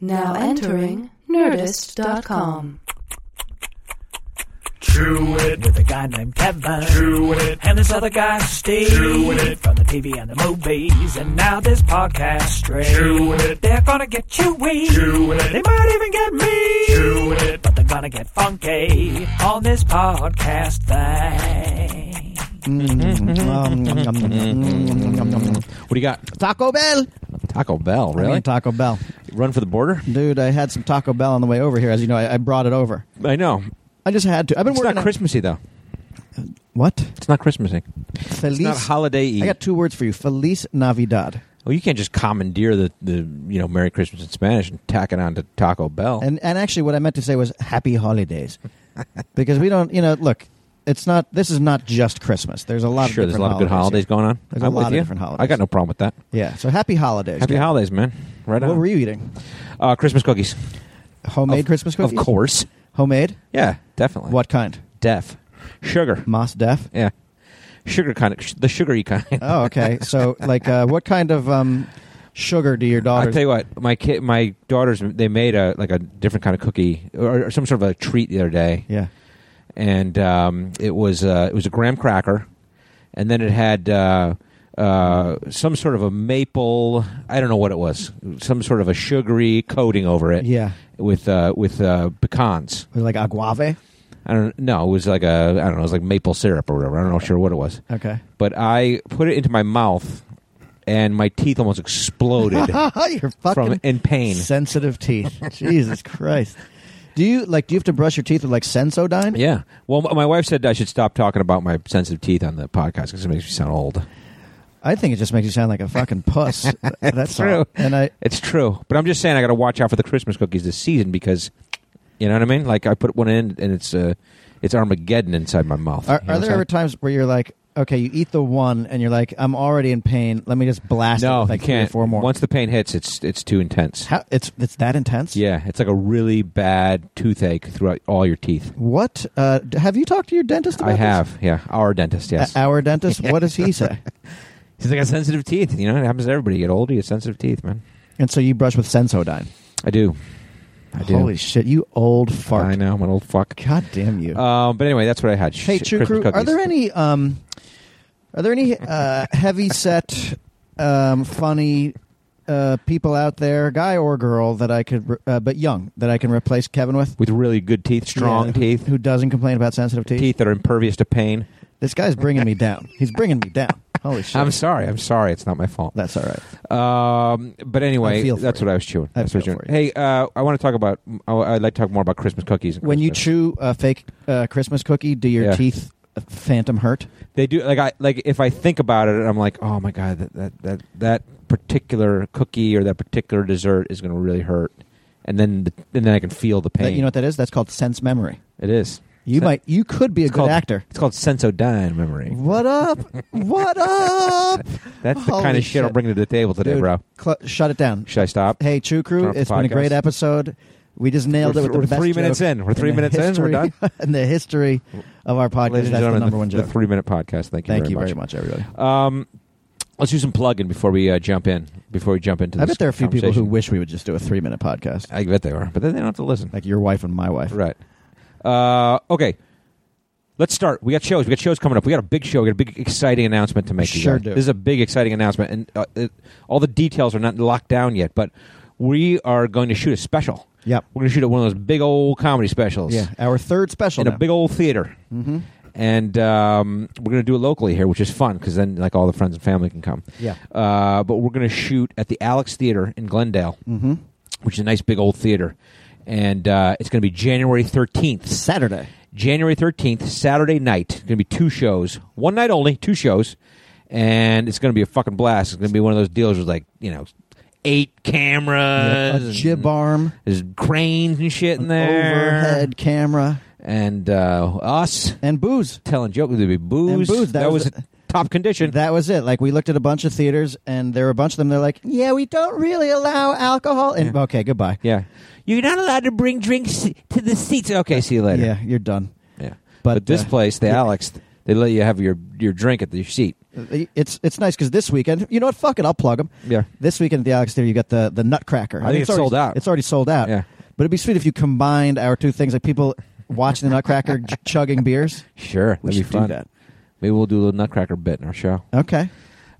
Now entering Nerdist.com. Chew it. with a guy named Kevin. Chew it. And this other guy, Steve. Chew it. From the TV and the movies. And now this podcast stream. Chew it. They're gonna get chewy. Chew it. They might even get me. Chew it. But they're gonna get funky on this podcast thing. What do you got? Taco Bell. Taco Bell, I really? mean, Taco Bell. Run for the border? Dude, I had some Taco Bell on the way over here. As you know, I, I brought it over. I know. I just had to. I've been It's working. not on- Christmassy though. What? It's not Christmassy. Feliz. It's not holiday. I got two words for you. Feliz Navidad. well, you can't just commandeer the, the you know Merry Christmas in Spanish and tack it on to Taco Bell. And and actually, what I meant to say was Happy Holidays, because we don't. You know, look, it's not. This is not just Christmas. There's a lot sure, of there's a different lot of good holidays here. going on. There's a I'm lot with of you. different holidays. I got no problem with that. Yeah. So Happy Holidays. Happy guys. holidays, man. Right on. What were you eating? uh, Christmas cookies. Homemade Of- Christmas cookies. Of course. Homemade. Yeah, definitely. What kind? Def. Sugar. Moss Def. Yeah. Sugar kind of, sh- the sugary kind. Oh, okay. So, like, uh, what kind of um, sugar do your I daughters? tell you what, my kid, my daughters, they made a like a different kind of cookie or, or some sort of a treat the other day, yeah. and um, it was uh, it was a graham cracker, and then it had uh, uh, some sort of a maple. I don't know what it was, some sort of a sugary coating over it. Yeah. with uh, with uh, pecans. Was it like aguave? I don't know. It was like a I don't know. It was like maple syrup or whatever. I don't know sure what it was, Okay. but I put it into my mouth, and my teeth almost exploded. You're fucking From in pain. Sensitive teeth. Jesus Christ. Do you like? Do you have to brush your teeth with like Sensodyne? Yeah. Well, m- my wife said I should stop talking about my sensitive teeth on the podcast because it makes me sound old. I think it just makes you sound like a fucking puss. That's true. all. And I, It's true, but I'm just saying I got to watch out for the Christmas cookies this season because you know what I mean. Like I put one in and it's uh, it's Armageddon inside my mouth. are, You know are what there I'm ever times where you're like, okay, you eat the one and you're like, I'm already in pain. Let me just blast saying? it no, with like you three or can't. four more. Once the pain hits, it's it's too intense. How, it's it's that intense. Yeah, it's like a really bad toothache throughout all your teeth. What? Uh, d- have you talked to your dentist? About I this? have, yeah. Our dentist, yes. A- our dentist. What does he say? He's like, I got sensitive teeth. You know, it happens to everybody. You get older, you get sensitive teeth, man. And so you brush with Sensodyne. I do. I do. Holy shit! You old fart. I know, I'm an old fuck. God damn you. Um, but anyway, that's what I had. Hey, Sh- Chew Christmas Crew, are cookies. there any um, are there any uh, heavy set, um, funny uh, people out there, guy or girl, that I could, re- uh, but young, that I can replace Kevin with? with really good teeth, strong Yeah, who- teeth, Who doesn't complain about sensitive teeth? teeth that are impervious to pain? This guy's bringing me down. He's bringing me down. Holy shit! I'm sorry, I'm sorry, it's not my fault. That's all right. Um, but I anyway, feel for that's you. what I was chewing. I That's what I feel was for chewing. Hey, uh, I want to talk about. I- I'd like to talk more about Christmas cookies. and When you Christmas. chew a fake uh, Christmas cookie, do your Yeah. teeth uh, phantom hurt? they do like I like if I think about it, I'm like, oh my god, that that that, that particular cookie or that particular dessert is going to really hurt, and then the, and then I can feel the pain. That, you know what that is? That's called sense memory. it is. You might, you could be a It's good called, actor. It's called sensodyne memory. What up? what up? That's the kind Holy of shit, I'm shit. bringing to the table today, Dude, bro. cl- shut it down. Should I stop? Hey, Chew Crew, Turn off the it's been a podcast. great episode. We just nailed We're it with the th- we're best three minutes joke in. We're three the minutes in. We're history- done. in the history of our podcast, Ladies and that's the gentlemen, number one the, joke. three minute podcast. Thank you Thank very you much. very much, everybody. Um, let's do some plugging before we uh, jump in. Before we jump into I this bet there are a few people who conversation. wish we would just do a three minute podcast, I bet they are, but then they don't have to listen. like your wife and my wife. Right. Uh, okay. Let's start. We got shows. We got shows coming up. We got a big show. We got a big exciting announcement to make. you Sure guys. do. This is a big exciting announcement, and uh, it, all the details are not locked down yet. But we are going to shoot a special. Yep. We're going to shoot at one of those big old comedy specials. Yeah, our third special. in a now. big old theater. Mm-hmm. And um, we're going to do it locally here, which is fun because then like all the friends and family can come. Yeah. Uh, but we're going to shoot at the Alex Theater in Glendale, mm-hmm. which is a nice big old theater, and uh, it's going to be January thirteenth. Saturday. January thirteenth, Saturday night. It's going to be two shows, one night only, two shows, and it's going to be a fucking blast. It's going to be one of those deals with like you know. Eight A cameras, jib and arm, there's cranes and shit Uh, in there, overhead camera, and uh, us and booze. telling jokes. There'd be booze. And booze, That, that was, was a top condition. That was it. Like we looked at a bunch of theaters, and there were a bunch of them. They're like, "Yeah, we don't really allow alcohol." And okay, goodbye. yeah. You're not allowed to bring drinks to the seats. Okay, see you later. yeah, you're done. Yeah. But, But, this uh, place, the Alex, They let you have your your drink at the seat. It's it's nice because this weekend, you know what? Fuck it, I'll plug them. Yeah. This weekend at the Alex Theater, you got the the Nutcracker. I think it's already, sold out. It's already sold out. Yeah. But it'd be sweet if you combined our two things, like people watching the Nutcracker ch- chugging beers. Sure, We that'd be should do fun. that. Maybe we'll do a little Nutcracker bit in our show. Okay.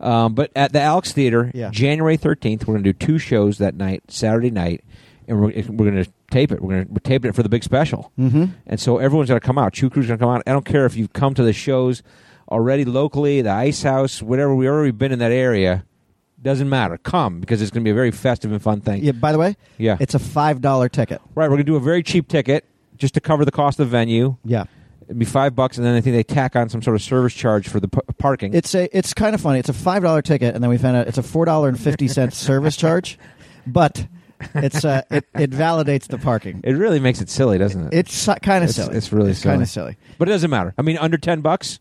Um, but at the Alex Theater, Yeah. January 13th, we're going to do two shows that night, Saturday night, and we're, we're going to tape it. We're going to we're taping it for the big special. Mm-hmm. And so everyone's going to come out. Chew Crew's going to come out. I don't care if you've come to the shows already locally, the Ice House, whatever. We've already been in that area. Doesn't matter. Come because it's going to be a very festive and fun thing. Yeah. By the way, Yeah. it's a five dollar ticket. right. We're going to do a very cheap ticket just to cover the cost of the venue. Yeah. It'd be five bucks, and then I think they tack on some sort of service charge for the p- parking. It's a it's kind of funny. It's a five dollar ticket, and then we found out it's a four dollar and fifty cent service charge, but it's uh, it it validates the parking. it really makes it silly, doesn't it? It's kind of It's- silly. it's really kind of silly. silly. But it doesn't matter. I mean, under ten bucks.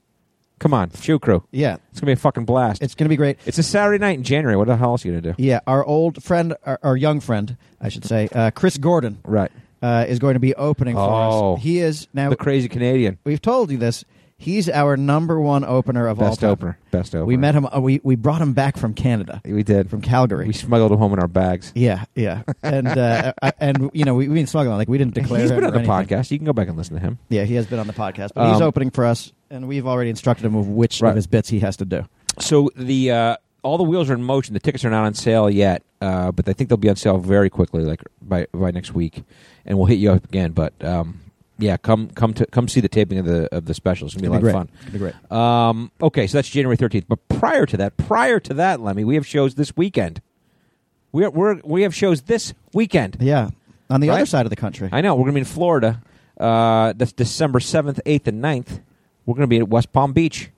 Come on, shoe crew. Yeah, It's gonna be a fucking blast. It's, it's gonna be great. a Saturday night in January. What the hell else are you gonna do? Yeah, our old friend, our, our young friend, I should say, uh, Chris Gordon Right, uh, is going to be opening for Oh. us. He is now. the crazy Canadian we've told you this. He's our number one opener of all best time. opener. Best opener. We met him. Uh, we we brought him back from Canada, We did. from Calgary. We smuggled him home in our bags. yeah, yeah, and uh, I- and you know we, we didn't smuggle him. Like we didn't declare. He's him been on or the anything. podcast. You can go back and listen to him. Yeah, he has been on the podcast, but he's Um, opening for us, and we've already instructed him of which Right. of his bits he has to do. So the uh, all the wheels are in motion. The tickets are not on sale yet, uh, but I think they'll be on sale very quickly, like by by next week, and we'll hit you up again. But um, yeah, come come to come see the taping of the of the special. It's gonna be a lot It'll be great. of fun. It'll be great. Um, okay, so that's January 13th. But prior to that, prior to that, Lemmy, we have shows this weekend. We are, we're, we have shows this weekend. Yeah, on the Right. other side of the country. I know. We're going to be in Florida. Uh, that's December 7th, 8th, and 9th. We're going to be at West Palm Beach,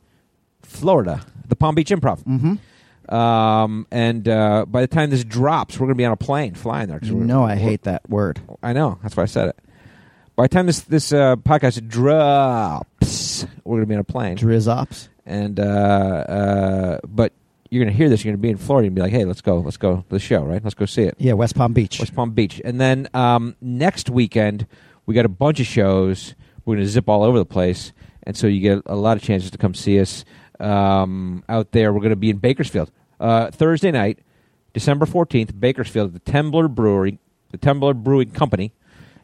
Florida, the Palm Beach Improv. mm-hmm. Um, and uh, by the time this drops, we're going to be on a plane flying there. 'cause we're- No, I we're- hate that word. I know. That's why I said it. By the time this, this uh, podcast drops, we're going to be on a plane. Drizops. and uh, uh, but you're gonna hear this. You're gonna be in Florida and be like, "Hey, let's go, let's go to the show, right? Let's go see it." Yeah, West Palm Beach. West Palm Beach, and then um, next weekend we got a bunch of shows. We're gonna zip all over the place, and so you get a lot of chances to come see us um, out there. We're gonna be in Bakersfield uh, Thursday night, December fourteenth, Bakersfield, the Tembler Brewery, the Tembler Brewing Company,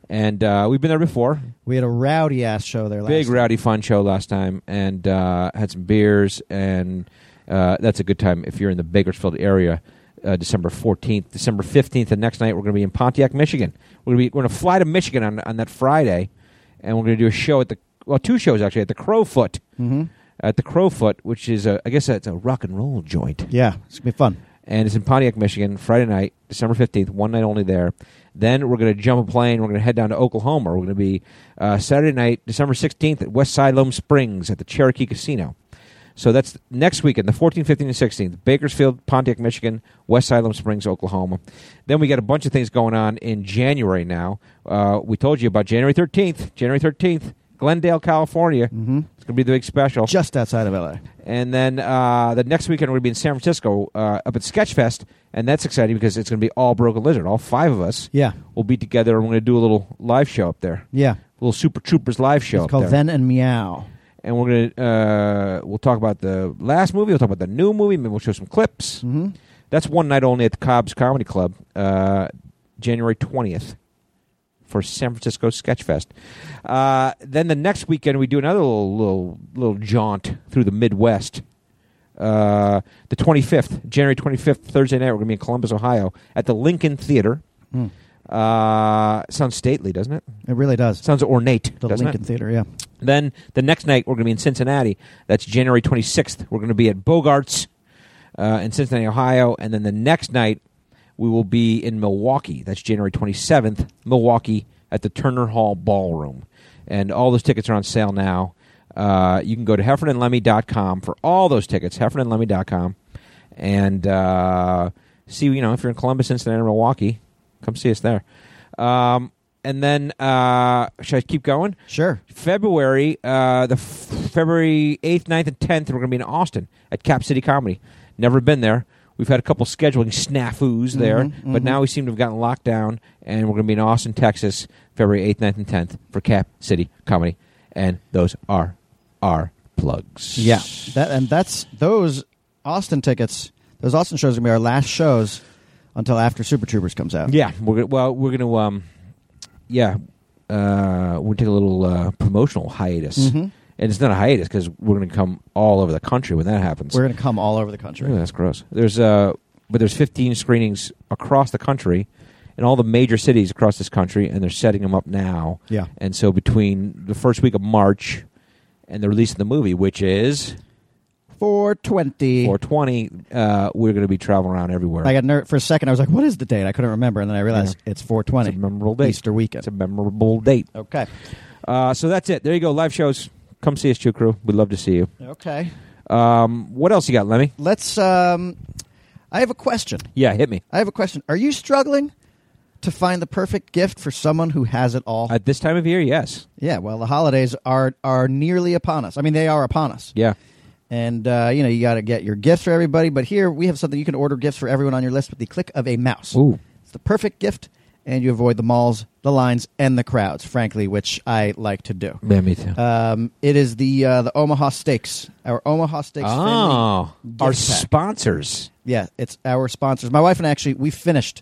and uh, we've been there before We had a rowdy ass show there last big time. rowdy fun show last time and uh, had some beers and uh, that's a good time if you're in the bakersfield area uh, december 14th december 15th and next night we're going to be in pontiac michigan we're going to be we're going to fly to michigan on, on that friday and we're going to do a show at the well two shows actually at the crowfoot Mm-hmm. at the crowfoot which is a, i guess that's a rock and roll joint Yeah, it's gonna be fun. and it's in Pontiac, Michigan, Friday night, December 15th, one night only there. Then we're going to jump a plane. We're going to head down to Oklahoma. We're going to be uh, Saturday night, December 16th at West Side Loam Springs at the Cherokee Casino. So that's next weekend, the 14th, 15th, and 16th. Bakersfield, Pontiac, Michigan, West Side Loam Springs, Oklahoma. Then we got a bunch of things going on in January now. Uh, we told you about January 13th. January 13th, Glendale, California. Mm-hmm. It's going to be the big special. Just outside of LA. And then uh, the next weekend, we're going to be in San Francisco uh, up at Sketchfest. And that's exciting because it's going to be all Broken Lizard. All five of us Yeah, will be together and we're going to do a little live show up there. yeah. little Super Troopers live show It's up called there. Then and Meow. and we're going to, uh, we'll talk about the last movie. We'll talk about the new movie. Maybe we'll show some clips. Mm-hmm. That's one night only at the Cobb's Comedy Club, uh, January 20th for San Francisco Sketchfest. Uh, then the next weekend, we do another little little, little jaunt through the Midwest. Uh, the 25th, January 25th, Thursday night, we're going to be in Columbus, Ohio at the Lincoln Theater. Mm. Uh, sounds stately, doesn't it? It really does. Sounds ornate, The doesn't Lincoln it? Theater. Yeah, Then the next night, we're going to be in Cincinnati. That's January 26th. We're going to be at Bogart's uh, in Cincinnati, Ohio. And then the next night, we will be in Milwaukee. That's January 27th, Milwaukee at the Turner Hall Ballroom. And all those tickets are on sale now. Uh, you can go to heffernanlemmy.com for all those tickets, heffernanlemmy.com. And uh, see, you know, if you're in Columbus, Cincinnati, or Milwaukee, come see us there. Um, and then, uh, should I keep going? sure. February, uh, the f- February 8th, 9th, and 10th, we're going to be in Austin at Cap City Comedy. Never been there. We've had a couple scheduling snafus there, Mhm, but mhm. now we seem to have gotten locked down, and we're going to be in Austin, Texas, February 8th, 9th, and 10th for Cap City Comedy. And those are our plugs. Yeah, that and that's those Austin tickets. Those Austin shows are gonna be our last shows until after Super Troopers comes out. Yeah, we're gonna, well, we're gonna um, yeah, uh, we're gonna take a little uh, promotional hiatus, Mhm. and it's not a hiatus because we're gonna come all over the country when that happens. we're gonna come all over the country. Ooh, that's gross. There's uh, but there's 15 screenings across the country, in all the major cities across this country, and they're setting them up now. Yeah. And so between the first week of March and the release of the movie, which is Four twenty. 420, uh, we're going to be traveling around everywhere. I got ner- for a second. I was like, "What is the date?" I couldn't remember, and then I realized it's four it's twenty. a memorable date. Easter weekend. It's a memorable date. okay. Uh, so that's it. There you go. Live shows. Come see us, Chew Crew. We'd love to see you. Okay. Um, what else you got, Lemmy? Let's. Um, I have a question. Yeah, hit me. I have a question. Are you struggling to find the perfect gift for someone who has it all? At this time of year, yes. yeah. Well, the holidays are are nearly upon us. I mean, they are upon us. Yeah. And uh, you know, you got to get your gifts for everybody. But here we have something you can order gifts for everyone on your list with the click of a mouse. Ooh. It's the perfect gift, and you avoid the malls, the lines, and the crowds. Frankly, which I like to do. Yeah, me too. Um, it is the uh, the Omaha Steaks, our Omaha Steaks family. oh, gift our pack. sponsors. Yeah, it's our sponsors. My wife and I actually we finished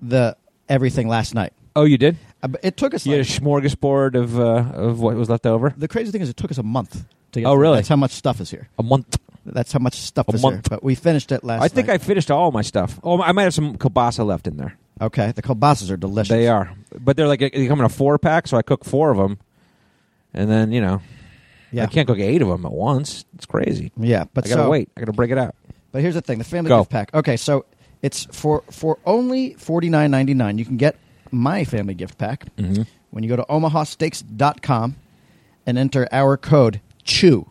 the everything last night. Oh, you did? Uh, but It took us You had a like, smorgasbord of uh, of what was left over. the crazy thing is it took us a month to get. Oh, through. really? That's how much stuff is here. A month. That's how much stuff A is here. month. But we finished it last. I think I finished all my stuff. Oh, I might have some kielbasa left in there. I okay. The kielbasa's are delicious. They are, but they're like they come in a four pack, so I cook four of them, and then you know Yeah. I can't cook eight of them at once. It's crazy. Yeah, but I gotta so, wait. I gotta break it out. But here's the thing: the family Go. gift pack. Okay, so it's for for only forty nine ninety nine. You can get my family gift pack Mm-hmm. when you go to omahasteaks.com and enter our code CHEW,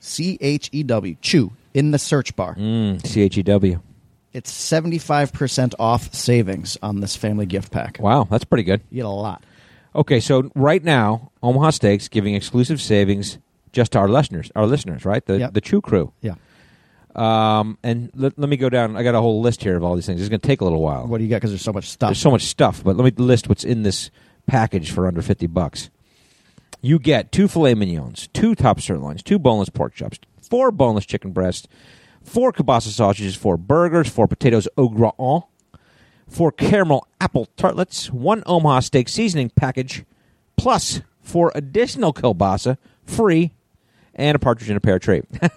C H E W, CHEW in the search bar. Mm, C H E W. It's seventy five percent off savings on this family gift pack. Wow, that's pretty good. You get a lot. Okay, so right now Omaha Steaks giving exclusive savings just to our listeners, our listeners, right? The Yep. the Chew Crew. Yeah. Um, and let, let me go down. I got a whole list here of all these things. It's gonna take a little while. What do you got? Because there's so much stuff. There's so much stuff, but let me list what's in this package for under 50 bucks. You get two filet mignons, two top sirloins, two boneless pork chops, four boneless chicken breasts, four kielbasa sausages, four burgers, four potatoes au gratin, four caramel apple tartlets, one Omaha steak seasoning package, plus four additional kielbasa free, and a partridge in a pear tree. oh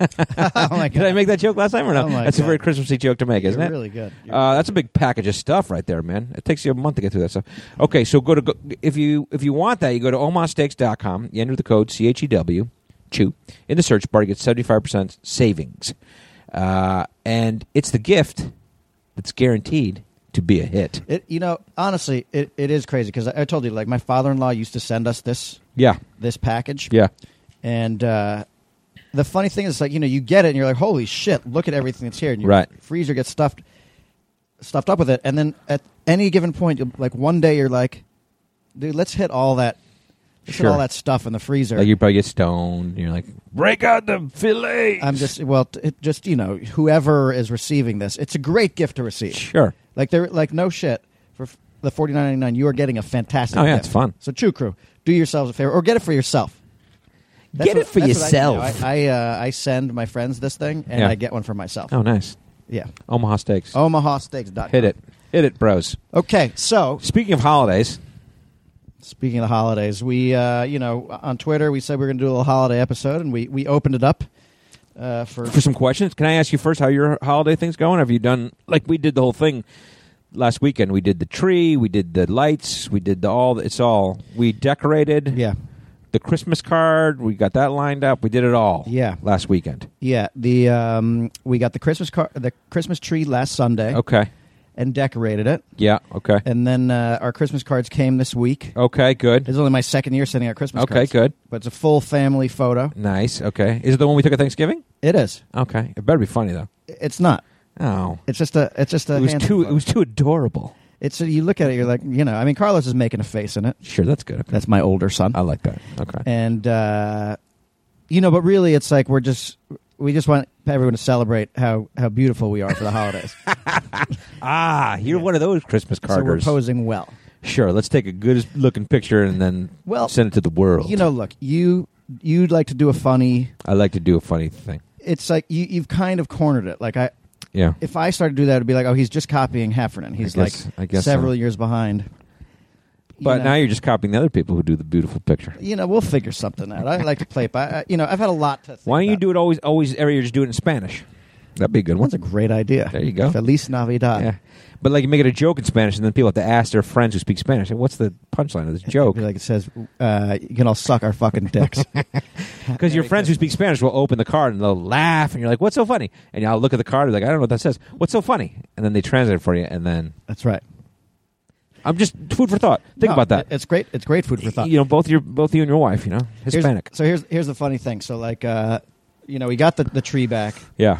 my Did I god! make that joke last time or no? Oh my That's a God. very Christmassy joke to make, isn't You're it? really good. You're Uh, that's a big package of stuff right there, man. It takes you a month to get through that stuff. Okay, so go to go, if you if you want that, you go to omahasteaks.com, you enter the code C H E W chew in the search bar, you get 75% savings. Uh, and it's the gift that's guaranteed to be a hit. It, you know, honestly, it, it is crazy because I, I told you, like, my father in law used to send us this Yeah. this package. Yeah. And uh, the funny thing is, like you know, you get it and you're like, "Holy shit! Look at everything that's here!" And your Right. freezer gets stuffed, stuffed up with it. And then at any given point, you'll, like one day, you're like, "Dude, let's hit all that, let's Sure. hit all that stuff in the freezer." Like you probably get stoned, and you're like, "Break out the fillet." I'm just well, t- it just you know, whoever is receiving this, it's a great gift to receive. Sure. Like they're like no shit for f- the forty nine ninety nine. You are getting a fantastic. Oh, yeah, gift. it's fun. So Chew Crew, do yourselves a favor or get it for yourself. Get it for that's I do. yourself. I I, uh, I send my friends this thing and Yeah. I get one for myself. Oh, nice. Yeah. Omaha Steaks. Oh. OmahaSteaks.com. Hit it. Hit it, bros. Okay, so Speaking of holidays, speaking of the holidays, we uh, you know on Twitter we said we were going to do a little holiday episode and we we opened it up uh, for for some questions. Can I ask you first how your holiday thing's going? Have you done like we did the whole thing last weekend? We did the tree, we did the lights, we did the all. It's all we decorated. yeah the Christmas card. We got that lined up. We did it all. Yeah. last weekend. yeah the um, we got the Christmas car the Christmas tree last Sunday Okay. and decorated it Yeah. Okay. and then uh, our Christmas cards came this week. Okay. Good. It's only my second year sending out Christmas Oh. Okay, cards. good. Mm. But it's a full family photo. Nice. Okay. Is it the one we took at Thanksgiving? It is. Okay. It better be funny though. It's not. Oh. It's just a. It's just a. It was handsome too. photo. It was too adorable. It's you look at it, you're like, you know, I mean, Carlos is making a face in it. Sure. That's good. Okay. That's my older son, I like that. Okay. and uh, you know, but really, it's like we're just we just want everyone to celebrate how how beautiful we are for the holidays. ah, you're one of those Christmas so we're carders. posing well. Sure, let's take a good looking picture and then Well, send it to the world. You know, look, you you'd like to do a funny. I like to do a funny thing. It's like you, you've kind of cornered it. Like I, Yeah. if I started to do that, it'd be like, oh, he's just copying Heffernan. He's guess- like I guess several so. years behind. You But know. now you're just copying the other people who do the beautiful picture. you know, we'll figure something out. I like to play it by, I- you know, I've had a lot to. Think Why don't you about. do it always, always, every year, just do it in Spanish? That'd be a good one. That's a great idea. There you go. Feliz Navidad. yeah. But like you make it a joke in Spanish, and then people have to ask their friends who speak Spanish, what's the punchline of this joke? Be like it says, uh, you can all suck our fucking dicks. Because your friends who speak Spanish will open the card and they'll laugh, and you're like, "What's so funny?" And I'll look at the card, and be like, "I don't know what that says. What's so funny?" And then they translate it for you, and then That's right. I'm just food for thought. Think No, about that. it- It's great. It's great food for thought. You know, both your both you and your wife, you know, Here's- Hispanic. so here's here's the funny thing. So like, uh, you know, we got the, the tree back. yeah,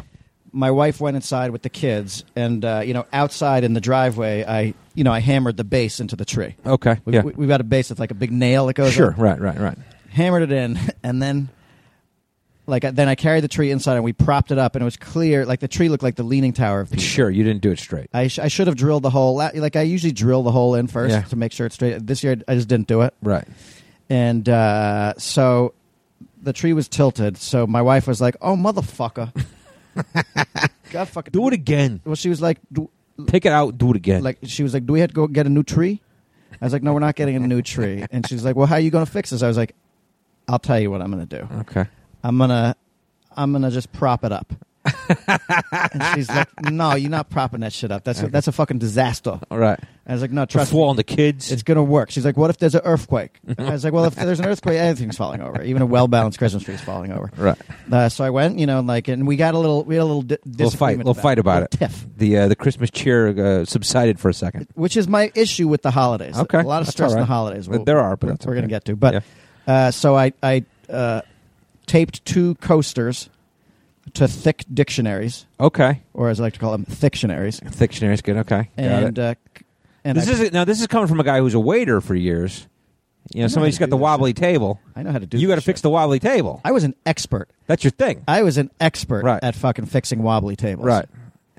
My wife went inside with the kids, and uh, you know, outside in the driveway, I you know I hammered the base into the tree. Okay, We, yeah. we, we've got a base that's like a big nail that goes. sure, in. right, right, right. hammered it in, and then like then I carried the tree inside and we propped it up, and it was clear like the tree looked like the leaning tower of Pisa. Sure, you didn't do it straight. I, sh- I should have drilled the hole. out- Like I usually drill the hole in first Yeah. to make sure it's straight. This year I just didn't do it, right. and uh, so the tree was tilted. So my wife was like, "Oh motherfucker, God fucking Do it again. Well, she was like, do, Pick it out. Do it again. like she was like, "Do we have to go get a new tree?" I was like, "No, we're not getting a new tree." And she's like, "Well, how are you going to fix this?" I was like, "I'll tell you what I'm going to do." okay. I'm gonna I'm gonna just prop it up. and she's like, No, you're not propping that shit up. That's that's a fucking disaster. All right. I was like, No, Just trust me. fall on the kids. It's gonna work. She's like, What if there's an earthquake? I was like, Well, if there's an earthquake, anything's falling over. Even a well balanced Christmas tree is falling over. right. Uh, so I went, you know, and like, and we got a little, we had a little di- Little fight. disagreement Little fight about it. Little Tiff, The uh, the Christmas cheer uh, subsided for a second. which is my issue with the holidays. Okay, a lot of that's stress all in right. the holidays. But there are, but we're, that's we're gonna okay. get to. But Yeah. uh, so I I uh, taped two coasters to thick dictionaries. Okay. or as I like to call them, thictionaries. Dictionary's good. Okay. Got it. And uh, c- and this I, is now. This is coming from a guy who's a waiter for years. You know, know somebody's how to got do the this wobbly table. I know how to do. You got got to fix the wobbly table. I was an expert. That's your thing, I was an expert Right. at fucking fixing wobbly tables. right?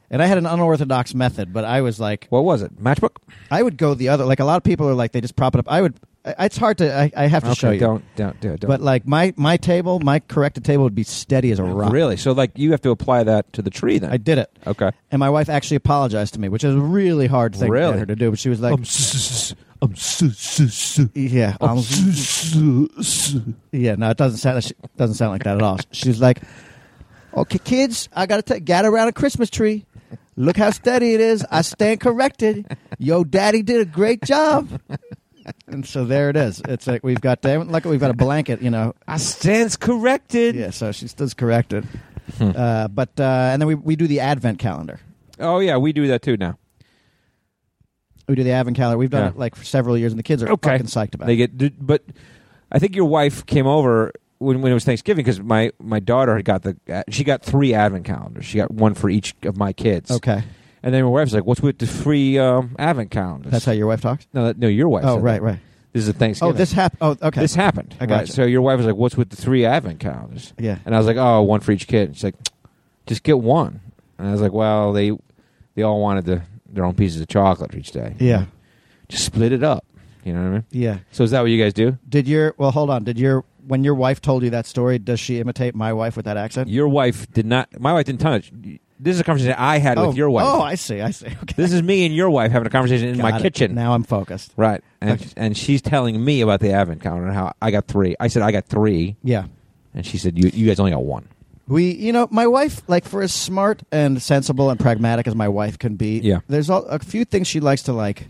And I had an unorthodox method, but I was like, What was it? Matchbook? I would go the other. Like a lot of people are like, they just prop it up. I would. I- It's hard to. I, I have to okay, show you. don't don't do it. Don't. Oh, But like my my table, my corrected table would be steady as a rock. really, so like you have to apply that to the tree then. I did it. Okay. And my wife actually apologized to me, which is a really hard thing for Really? Um, her to do. But she was like, I'm so so so. Yeah, um, yeah. No, it doesn't sound. It doesn't sound like that at all. She's like, "Okay, kids, I gotta ta- gather around a Christmas tree. Look how steady it is. I stand corrected. Yo, daddy did a great job." And so there it is. It's like we've got that. Like we've got a blanket, you know. I stands corrected. Hmm. Yeah. So she does corrected. Uh, but uh, and then we we do the advent calendar. Oh yeah, we do that too now. We do the advent calendar. We've done Yeah. it like for several years, and the kids are Okay. fucking psyched about They it. get, d- but I think your wife came over when, when it was Thanksgiving because my my daughter had got the uh, she got three advent calendars. She got one for each of my kids. Okay, And then my wife's like, "What's with the free um, advent calendars?" that's how your wife talks. no, that, no, your wife. Oh, said right, that. right. This is a Oh, Thanksgiving. this happened. Oh, okay. This happened. I gotcha. Right. So your wife was like, "What's with the three advent calendars?" Yeah. And I was like, "Oh, one for each kid." And she's like, "Just get one." And I was like, "Well, they they all wanted the, their own pieces of chocolate each day. Yeah. Just split it up. You know what I mean? Yeah. So is that what you guys do? Did your well? Hold on. Did your when your wife told you that story? Does she imitate my wife with that accent? Your wife did not. My wife didn't touch. This is a conversation I had oh, with your wife. Oh, I see. I see. Okay. this is me and your wife having a conversation in my Got it. kitchen. Now I'm focused. Right. And Okay. and she's telling me about the advent calendar and how I got 3. I said I got 3 Yeah. and she said you you guys only got one. We, you know, my wife, like for as smart and sensible and pragmatic as my wife can be, Yeah. There's all, a few things she likes to like.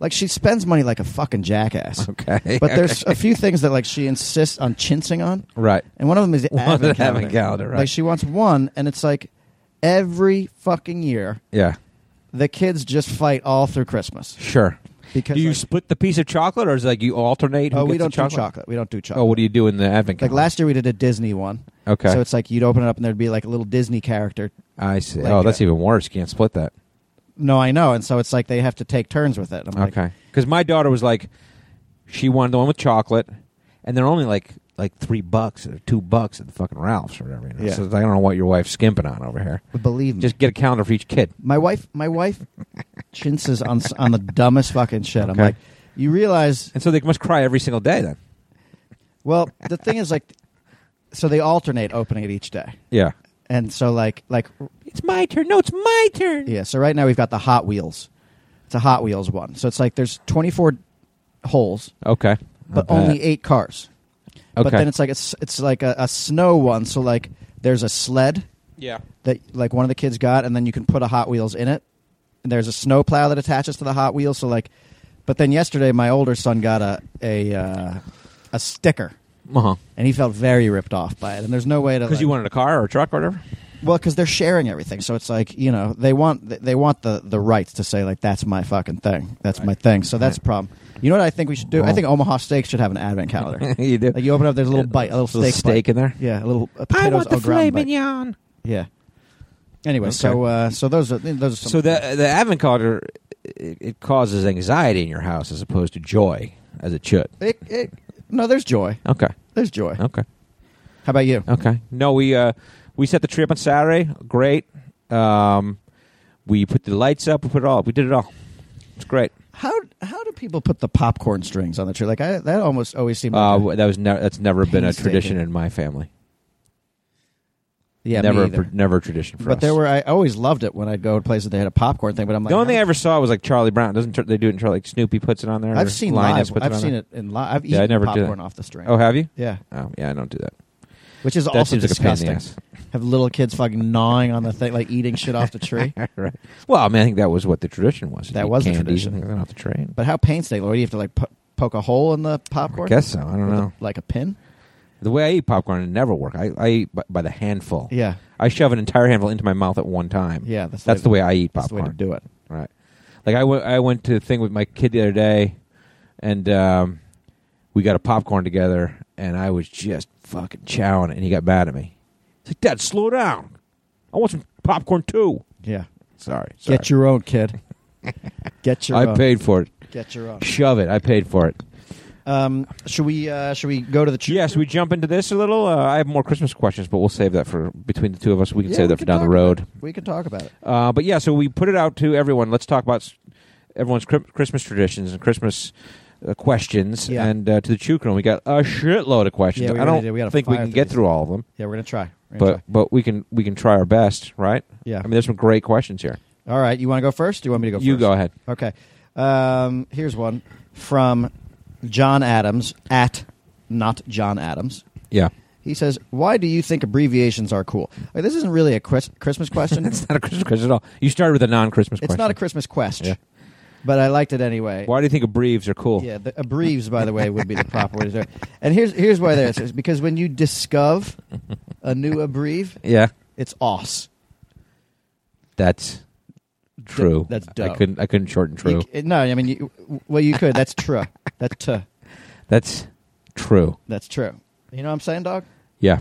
Like she spends money like a fucking jackass. Okay. But there's a few things that like she insists on chintzing on. Right. And one of them is the One advent advent calendar. calendar, right. Like she wants one, and it's like every fucking year Yeah. the kids just fight all through Christmas. Sure. Because do you like- split the piece of chocolate, or is it like you alternate? who Oh, we gets the don't chocolate? do chocolate. We don't do chocolate. Oh, what do you do in the advent? like calendar? last year we did a Disney one. Okay. So it's like you'd open it up and there'd be like a little Disney character. I see. like, oh, that's uh, even worse. You can't split that. No, I know. And so it's like they have to take turns with it. I'm like, Okay. Because my daughter was like, she wanted the one with chocolate, and they're only like like three bucks or two bucks at the fucking Ralph's or whatever. You know? Yeah. So it's like, I don't know what your wife's skimping on over here. believe me. Just get a calendar for each kid. my wife, my wife chintzes on s- on the dumbest fucking shit. I'm Okay. like, you realize And so they must cry every single day then. Well, the thing is, like, so they alternate opening it each day, Yeah. and so like, like, It's my turn. No, it's my turn. yeah. So right now we've got the Hot Wheels. It's a Hot Wheels one. So it's like there's 24 holes, Okay. but Not only bad. eight cars. Okay. But then it's like it's it's like a, a snow one. So like there's a sled yeah. that like one of the kids got, and then you can put a Hot Wheels in it. And there's a snow plow that attaches to the Hot Wheels. So like, but then yesterday my older son got a a uh, a sticker, Uh huh. and he felt very ripped off by it. And there's no way to Because like, you wanted a car or a truck or whatever. well because they're sharing everything. So it's like you know they want they want the the rights to say like that's my fucking thing, that's my thing. So that's a problem. You know what I think we should do? I Well- think Omaha Steaks should have an advent calendar. you do. like you open up, there's a little bite, a little steak, steak bite. in there. yeah, a little uh, potatoes au gratin bite. mignon. Yeah. Anyway, so uh, so those are those are some So uh, the the advent calendar it, it causes anxiety in your house as opposed to joy as it should. It, it, no, there's joy. Okay. There's joy. Oh. Okay. How about you? Okay. No, we uh, we set the tree up on Saturday. Great. Um, we put the lights up. We put it all. up. We did it all. It's great. How how do people put the popcorn strings on the tree? Like I, that almost always seemed. Uh, Like a- w- that was never. That's never been a Painstaking. tradition in my family. yeah, me never, a either. pr- never a tradition for us. but there were. I always loved it when I'd go to places that they had a popcorn thing. But I'm like, the only thing I how- ever saw was like Charlie Brown. Doesn't Char- they do it in Charlie? Like Snoopy puts it on there. or I've seen Linus live. puts I've on seen there. it in live. I've Yeah, I eaten never do that. popcorn off the string. Oh, have you? yeah, Oh, yeah. I don't do that. which is that also seems disgusting. like a pain in Have little kids fucking gnawing on the thing, like eating shit off the tree. the ass. right. Well, I mean, I think that was what the tradition was. That Eat was the candy tradition. and things off the train. But how painstaking! Or do you have to like po- poke a hole in the popcorn? I guess so. I don't With a- know. like a pin. The way I eat popcorn, it never work. I, I eat by, by the handful. Yeah, I shove an entire handful into my mouth at one time. yeah. That's, That's the way I eat That's the way to popcorn. do it. Right. Like I went, I went to a thing with my kid the other day, and um, we got a popcorn together, and I was just fucking chowing it, and he got mad at me. He's like, "Dad, slow down. I want some popcorn too." Yeah. Sorry. sorry. Get your own, kid. Get your uh, I own. paid for it. Get your own. Shove it. I paid for it. Um, should we uh, should we go to the Yes, we jump into this a little. Uh, I have more Christmas questions, but we'll save that for between the two of us. We can save that for down the road. We can talk about it. Uh, but yeah, so we put it out to everyone. Let's talk about s- everyone's cri- Christmas traditions and Christmas uh, questions. Yeah. And uh, to the Chew Crew, we got a shitload of questions. Yeah, we I really don't did. We gotta think we fire can through get these. through all of them, Yeah, we're gonna try. We're gonna but but we can we can try our best, right? Yeah. I mean, there's some great questions here. try. all right. You want to go first? Do you want me to go? you first? go ahead. Okay. Um, here's one from John Adams at not John Adams. Yeah, He says, "Why do you think abbreviations are cool?" Like, this isn't really a Chris- Christmas question. it's not a Christmas question at all. You started with a non-Christmas question. not a Christmas quest. Yeah. But I liked it anyway. Why do you think abreves are cool? Yeah, the abreves, by the way, would be the proper way to do it. And here's here's why there is because when you discover a new abreve, yeah, it's os. that's true. that's I dope. couldn't I couldn't shorten You true. c- no, I mean, you, well, you could. That's true. That's true. That's true. That's true. You know what I'm saying, dog? Yeah.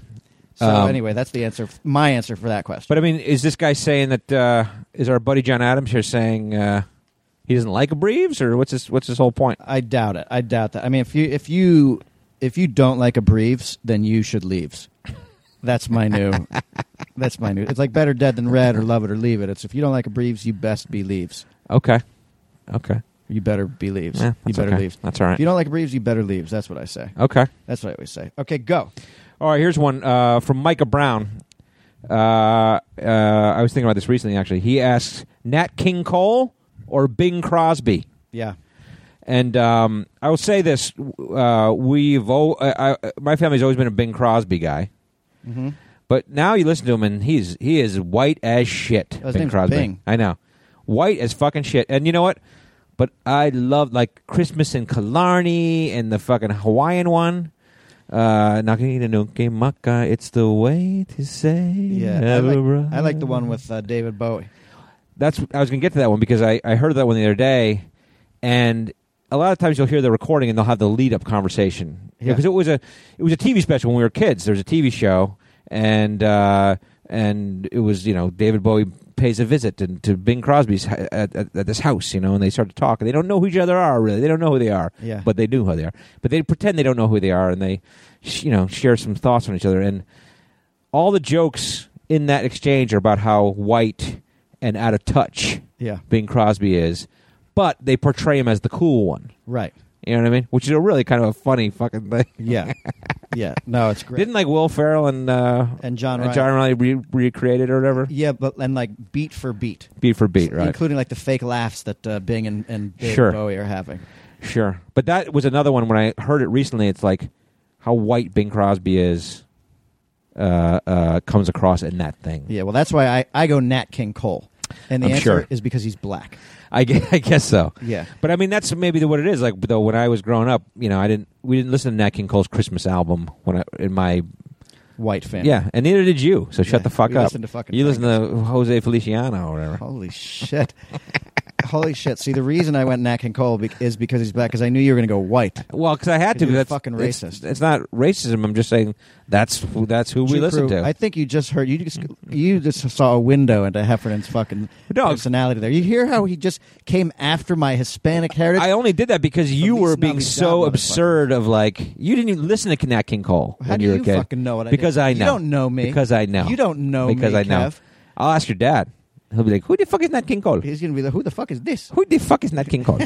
So Um, anyway, that's the answer. f- My answer for that question. But I mean, is this guy saying that? Uh, is our buddy John Adams here saying uh, he doesn't like abreves, or what's his what's his whole point? I doubt it. I doubt that. I mean, if you if you if you don't like abreves, then you should leaves. That's my new. that's my new. It's like better dead than red or love it or leave it. It's if you don't like abreves, you best be leaves. Okay, okay, You better be leaves. Yeah, you that's better okay. leaves. That's Oh. all right. If you don't like Reeves, you better leaves. That's what I say. okay. That's what I always say. Okay, go. All right. Here's one uh, from Micah Brown. Uh, uh, I was thinking about this recently. Actually, he asks Nat King Cole or Bing Crosby. Yeah. And um, I will say this: uh, we've o- I, I, my family's always been a Bing Crosby guy, Mhm. but now you listen to him and he's he is white as shit. Oh, his Bing name's Crosby, Bing. I know, white as fucking shit. And you know what? But I love like Christmas in Killarney and the fucking Hawaiian one. Uh, Nakininuke maka, it's the way to say. Yeah. I hello. like, I like the one with uh, David Bowie. That's I was gonna get to that one because I, I heard that one the other day, and a lot of times you'll hear the recording and they'll have the lead up conversation Yeah. because it was a it was a TV special when we were kids. There was a TV show and uh, and it was you know David Bowie pays a visit to, to Bing Crosby's h- at, at, at this house you know and they start to talk and they don't know who each other are really they don't know who they are Yeah. but they knew who they are but they pretend they don't know who they are and they sh- you know share some thoughts on each other and all the jokes in that exchange are about how white and out of touch Yeah. Bing Crosby is, but they portray him as the cool one. Right. You know what I mean? Which is a really kind of a funny fucking thing. Yeah. yeah, no, it's great. Didn't like Will Ferrell and uh, And John Ryan. John Ryan re- recreate it or whatever, yeah, but and like beat for beat, beat for beat, right? including like the fake laughs that uh, Bing and, and David Sure. Bowie are having. Sure, but that was another one when I heard it recently. It's like how white Bing Crosby is uh, uh, comes across in that thing. Yeah, well, that's why I, I go Nat King Cole, and the I'm answer sure. is because he's black. I, gue- I guess so. Yeah. but I mean that's maybe what it is. Like though, when I was growing up, you know, I didn't we didn't listen to Nat King Cole's Christmas album when I, in my White fan. yeah, and neither did you. So Yeah, shut the fuck we up. listened to fucking you listen to Jose Feliciano or whatever. Holy shit. Holy shit. See, the reason I went Nat King Cole be- is because he's black, because I knew you were going to go white. Well, because I had to. You're That's fucking it's- racist. It's, not racism. I'm just saying that's who, that's who we True listen crew. to. I think you just heard you just you just saw a window into Heffernan's fucking No. personality there. You hear how he just came after my Hispanic heritage? I only did that because you least were not being be so dumb, motherfucker. absurd of like you didn't even listen to Nat King Cole how when do you were you a kid. fucking know what I did? because I know You don't know me. Because I know You don't know me, because I know. Kev. I'll ask your dad. He'll be like, "Who the fuck is Nat King Cole? He's going to be like, who the fuck is this? Who the fuck is Nat King Cole?"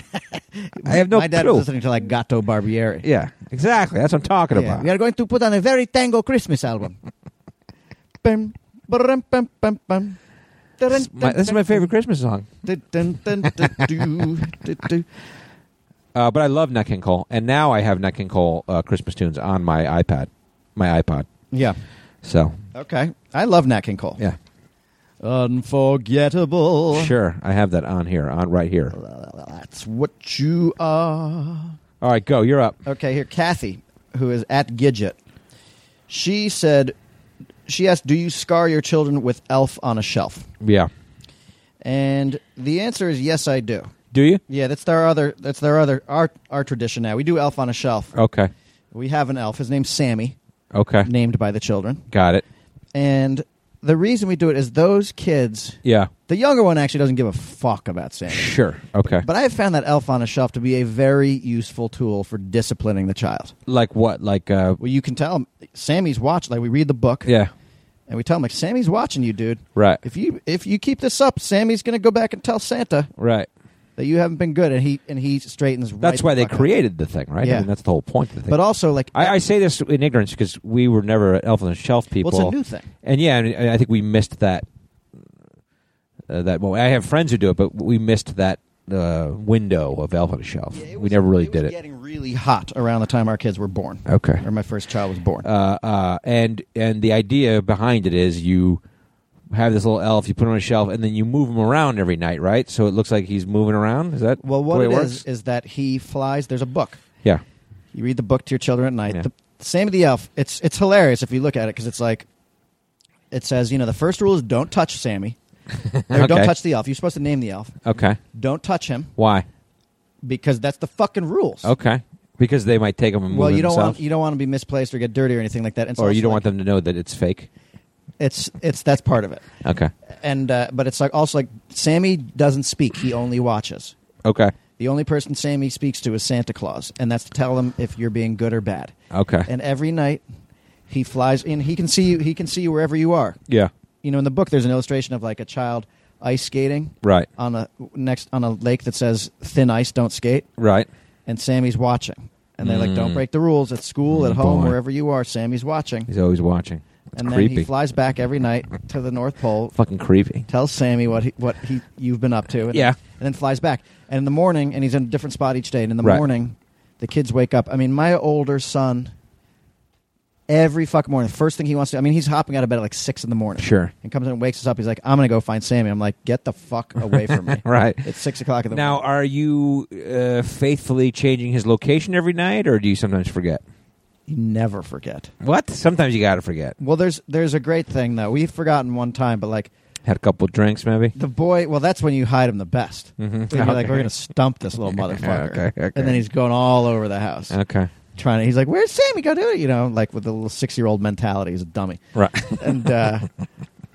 I have no My dad clue. was listening to like Gato Barbieri. Yeah, exactly. That's what I'm talking Yeah, about. We are going to put on a very tango Christmas album. Bum, ba-dum, bum, bum, bum. Dun, That's my, that's my dun, favorite Christmas song. dun, dun, dun, dun, doo, doo, doo. Uh, but I love Nat King Cole, and now I have Nat King Cole uh, Christmas tunes on my iPad, my iPod. Yeah. So Okay. I love Nat King Cole. yeah, Unforgettable. sure, I have that on here, on right here. That's what you are. All right, go. You're up. Okay, here, Kathy, who is at Gidget. She said, she asked, Do you scar your children with Elf on a Shelf? Yeah. And the answer is yes, I do. Do you? Yeah, that's our other. That's their other our our tradition now. We do Elf on a Shelf. Okay. We have an elf. His name's Sammy, Okay. named by the children. Got it. And the reason we do it is those kids. Yeah. The younger one actually doesn't give a fuck about Sammy. Sure. Okay. But I have found that Elf on a Shelf to be a very useful tool for disciplining the child. like what? Like uh. Well, you can tell him, Sammy's watching. Like we read the book, Yeah. and we tell him like Sammy's watching you, dude. Right. If you if you keep this up, Sammy's gonna go back and tell Santa Right. that you haven't been good, and he and he straightens. right That's why the they fuck up. created the thing, right? I Yeah. mean, that's the whole point of the thing. But also, like I, I say this in ignorance because we were never Elf on the Shelf people. well, it's a new thing. And yeah, and I think we missed that. Uh, that well, I have friends who do it, but we missed that uh, window of Elf on the Shelf. Yeah, it we was- never really it did was it. Getting really hot around the time our kids were born, okay. or my first child was born. Uh, uh, and and the idea behind it is you have this little elf, you put him on a shelf, and then you move him around every night, right? So it looks like he's moving around. Is that well, the what way it it works? is is that he flies. There's a book. yeah, You read the book to your children at night. Yeah. The, Sammy the Elf. It's it's hilarious if you look at it because it's like it says you know the first rule is don't touch Sammy. Or Okay. Don't touch the elf. You're supposed to name the elf. okay. Don't touch him Why? because that's the fucking rules. Okay, because they might take him and move Well, you don't themselves, want you don't want to be misplaced or get dirty or anything like that. It's or also you don't like- want them to know that it's fake. It's it's that's part of it. Okay, And uh, but it's like also like Sammy doesn't speak. He only watches. okay, The only person Sammy speaks to is Santa Claus, and that's to tell him if you're being good or bad. okay. And every night he flies in. He can see you. He can see you wherever you are. yeah, You know, in the book, there's an illustration of like a child ice skating right, on a next on a lake that says "thin ice, don't skate," right. and Sammy's watching. And they're like, "Don't Mm. break the rules at school, at Mm, home, boy. wherever you are." Sammy's watching, He's always watching. It's and creepy. then he flies back every night to the North Pole, Fucking creepy. tells Sammy what he, what he you've been up to, and, Yeah. and then flies back. And in the morning, and he's in a different spot each day. And in the Right. morning, the kids wake up. I mean, my older son, every fucking morning, the first thing he wants to, I mean, he's hopping out of bed at like six in the morning. Sure. and comes in and wakes us up. He's like, "I'm gonna go find Sammy." I'm like, "Get the fuck away from me!" Right. It's six o'clock in the Now, morning. are you uh, faithfully changing his location every night, or do you sometimes forget? You never forget. What? Sometimes you gotta forget. Well, there's there's a great thing though. We've forgotten one time, but like Had a couple drinks, maybe. the boy. Well, that's when you hide him the best. Mm-hmm. When you're like, we're gonna stump this little motherfucker, Okay, okay. and then he's going all over the house, okay, trying to. He's like, "Where's Sammy? Go do it!" You know, like with the little six year old mentality. He's a dummy, right, and uh,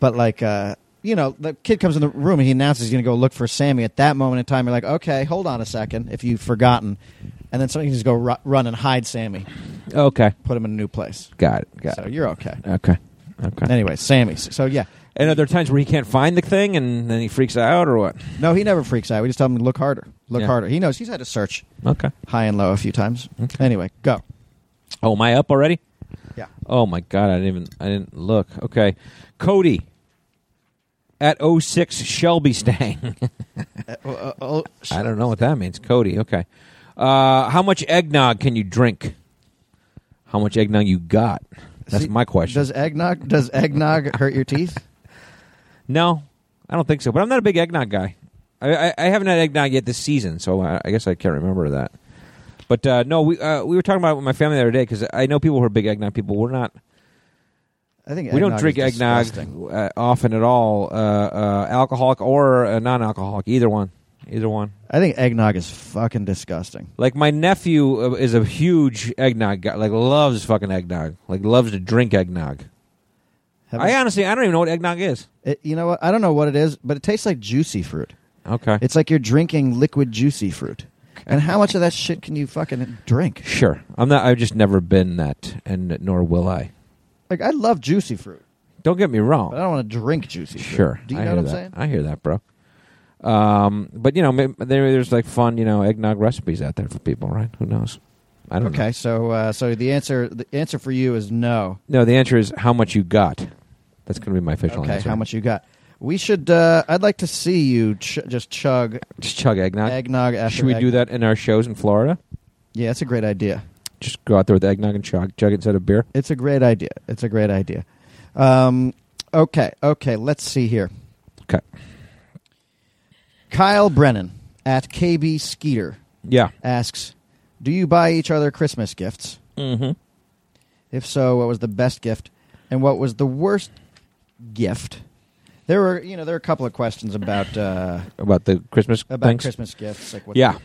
but like uh, you know, the kid comes in the room and he announces he's gonna go look for Sammy. At that moment in time, you're like, "Okay, hold on a second. If you've forgotten, and then somebody can just go ru- run and hide Sammy, okay. put him in a new place. Got it. Got so it. you're okay. Okay, okay. Anyway, Sammy. So yeah, And are there times where he can't find the thing, and then he freaks out, or what? no, he never freaks out. We just tell him look harder, look Yeah. harder. He knows he's had to search Okay. high and low a few times. Anyway, go. Oh, am I up already? Yeah. Oh my god, I didn't even I didn't look. Okay. Cody at 06 Shelby Stang. Uh, oh, sh- I don't know what that means. Cody, okay. Uh, how much eggnog can you drink? How much eggnog you got? That's see, my question. Does eggnog does eggnog hurt your teeth? no, I don't think so. But I'm not a big eggnog guy. I, I, I haven't had eggnog yet this season, so I, I guess I can't remember that. But uh, no, we uh, we were talking about it with my family the other day because I know people who are big eggnog people. We're not. I think we don't eggnog drink is eggnog disgusting. uh, often at all, uh, uh, alcoholic or uh, non-alcoholic, either one, either one. I think eggnog is fucking disgusting. Like my nephew uh, is a huge eggnog guy, like loves fucking eggnog, like loves to drink eggnog. Have I you- honestly, I don't even know what eggnog is. it- you know what? I don't know what it is, but it tastes like juicy fruit. Okay, It's like you're drinking liquid juicy fruit. And how much of that shit can you fucking drink? sure. I'm not. I've just never been that, and nor will I. Like I love juicy fruit, Don't get me wrong. but I don't want to drink juicy fruit. Sure. Do you I know hear what I'm that. saying? I hear that, bro. Um, but you know, maybe there, there's like fun, you know, eggnog recipes out there for people, right? Who knows? I don't Okay, so uh, so the answer the answer for you is no. know. No, the answer is how much you got. That's going to be my official Okay, answer. how much you got? We should. Uh, I'd like to see you ch- just chug Just chug eggnog. eggnog after. Should we do that in our shows in Florida? Yeah, it's a great idea. Just go out there with eggnog and chug, chug it instead of beer. It's a great idea. It's a great idea. Um, okay, okay. Let's see here. Okay. Kyle Brennan at KB Skeeter Yeah. asks, "Do you buy each other Christmas gifts? Mm-hmm. If so, what was the best gift, and what was the worst gift?" There were, you know, there were a couple of questions about uh, About the Christmas about things? Christmas gifts. Like, what Yeah.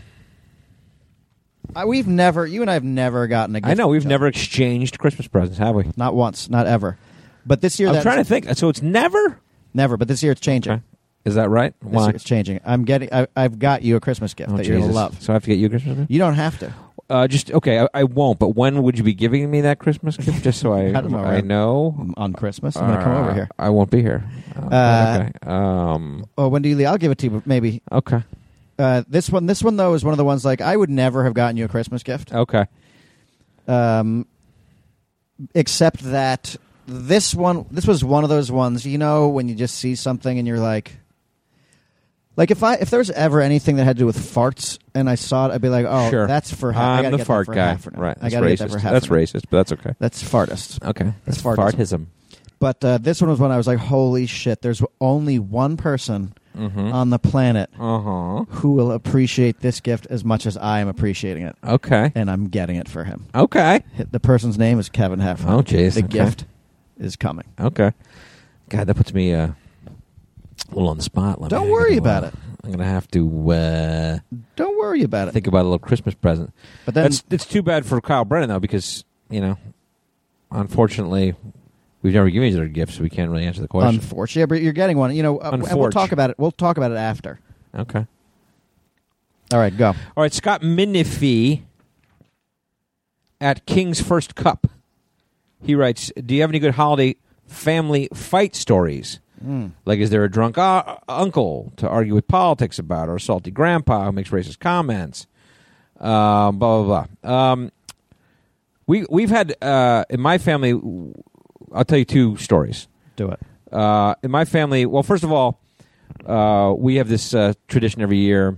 I, we've never, you and I have never gotten a gift. I know. from We've each never other. exchanged Christmas presents, have we? not once, not ever. But this year, I'm that's trying to think. So it's never? never. But this year, it's changing. Okay. Is that right? This Why? year, it's changing. I'm getting. I, I've got you a Christmas gift Oh, that you're gonna Jesus. love. So I have to get you a Christmas gift? You don't have to. Uh, just okay. I, I won't. But when would you be giving me that Christmas gift? Just so I, I don't know, right? know. on Christmas. I'm gonna come over Uh, here. I won't be here. Uh, Uh, okay. Um. Oh, when do you leave? I'll give it to you. Maybe Okay. uh, this one. This one though is one of the ones like I would never have gotten you a Christmas gift. Okay. Um, except that this one. This was one of those ones. You know, when you just see something and you're like. Like if I if there was ever anything that had to do with farts and I saw it, I'd be like, "Oh, sure. that's for ha- I I'm gotta get the that fart for guy. Heffernan. Right. I That's gotta racist. get that for That's Heffernan. racist, but that's okay. That's fartist. Okay. That's fartism. fartism. But uh, this one was when I was like, "Holy shit!" There's only one person Mm-hmm. on the planet Uh huh. who will appreciate this gift as much as I am appreciating it, Okay. and I'm getting it for him. Okay. The person's name is Kevin Heffernan. Oh, jeez. The Okay. gift is coming. Okay. God, that puts me uh, a little on the spot. Let me- Don't I worry gotta, about uh, it. I'm gonna have to uh, Don't worry about it. think about a little Christmas present. but then, That's it's too bad for Kyle Brennan though, because you know, unfortunately, we've never given each other gifts, so we can't really answer the question. unfortunately, but you're getting one. You know, uh, and we'll Unforge. talk about it. We'll talk about it after. okay. All right, go. All right, Scott Minifee at King's First Cup. He writes, "Do you have any good holiday family fight stories? Like, is there a drunk uh, uncle to argue with politics about, or a salty grandpa who makes racist comments? Um, blah blah blah." Um, we we've had uh, in my family. I'll tell you two stories Do it. uh, in my family, well, first of all, uh, we have this uh, tradition every year.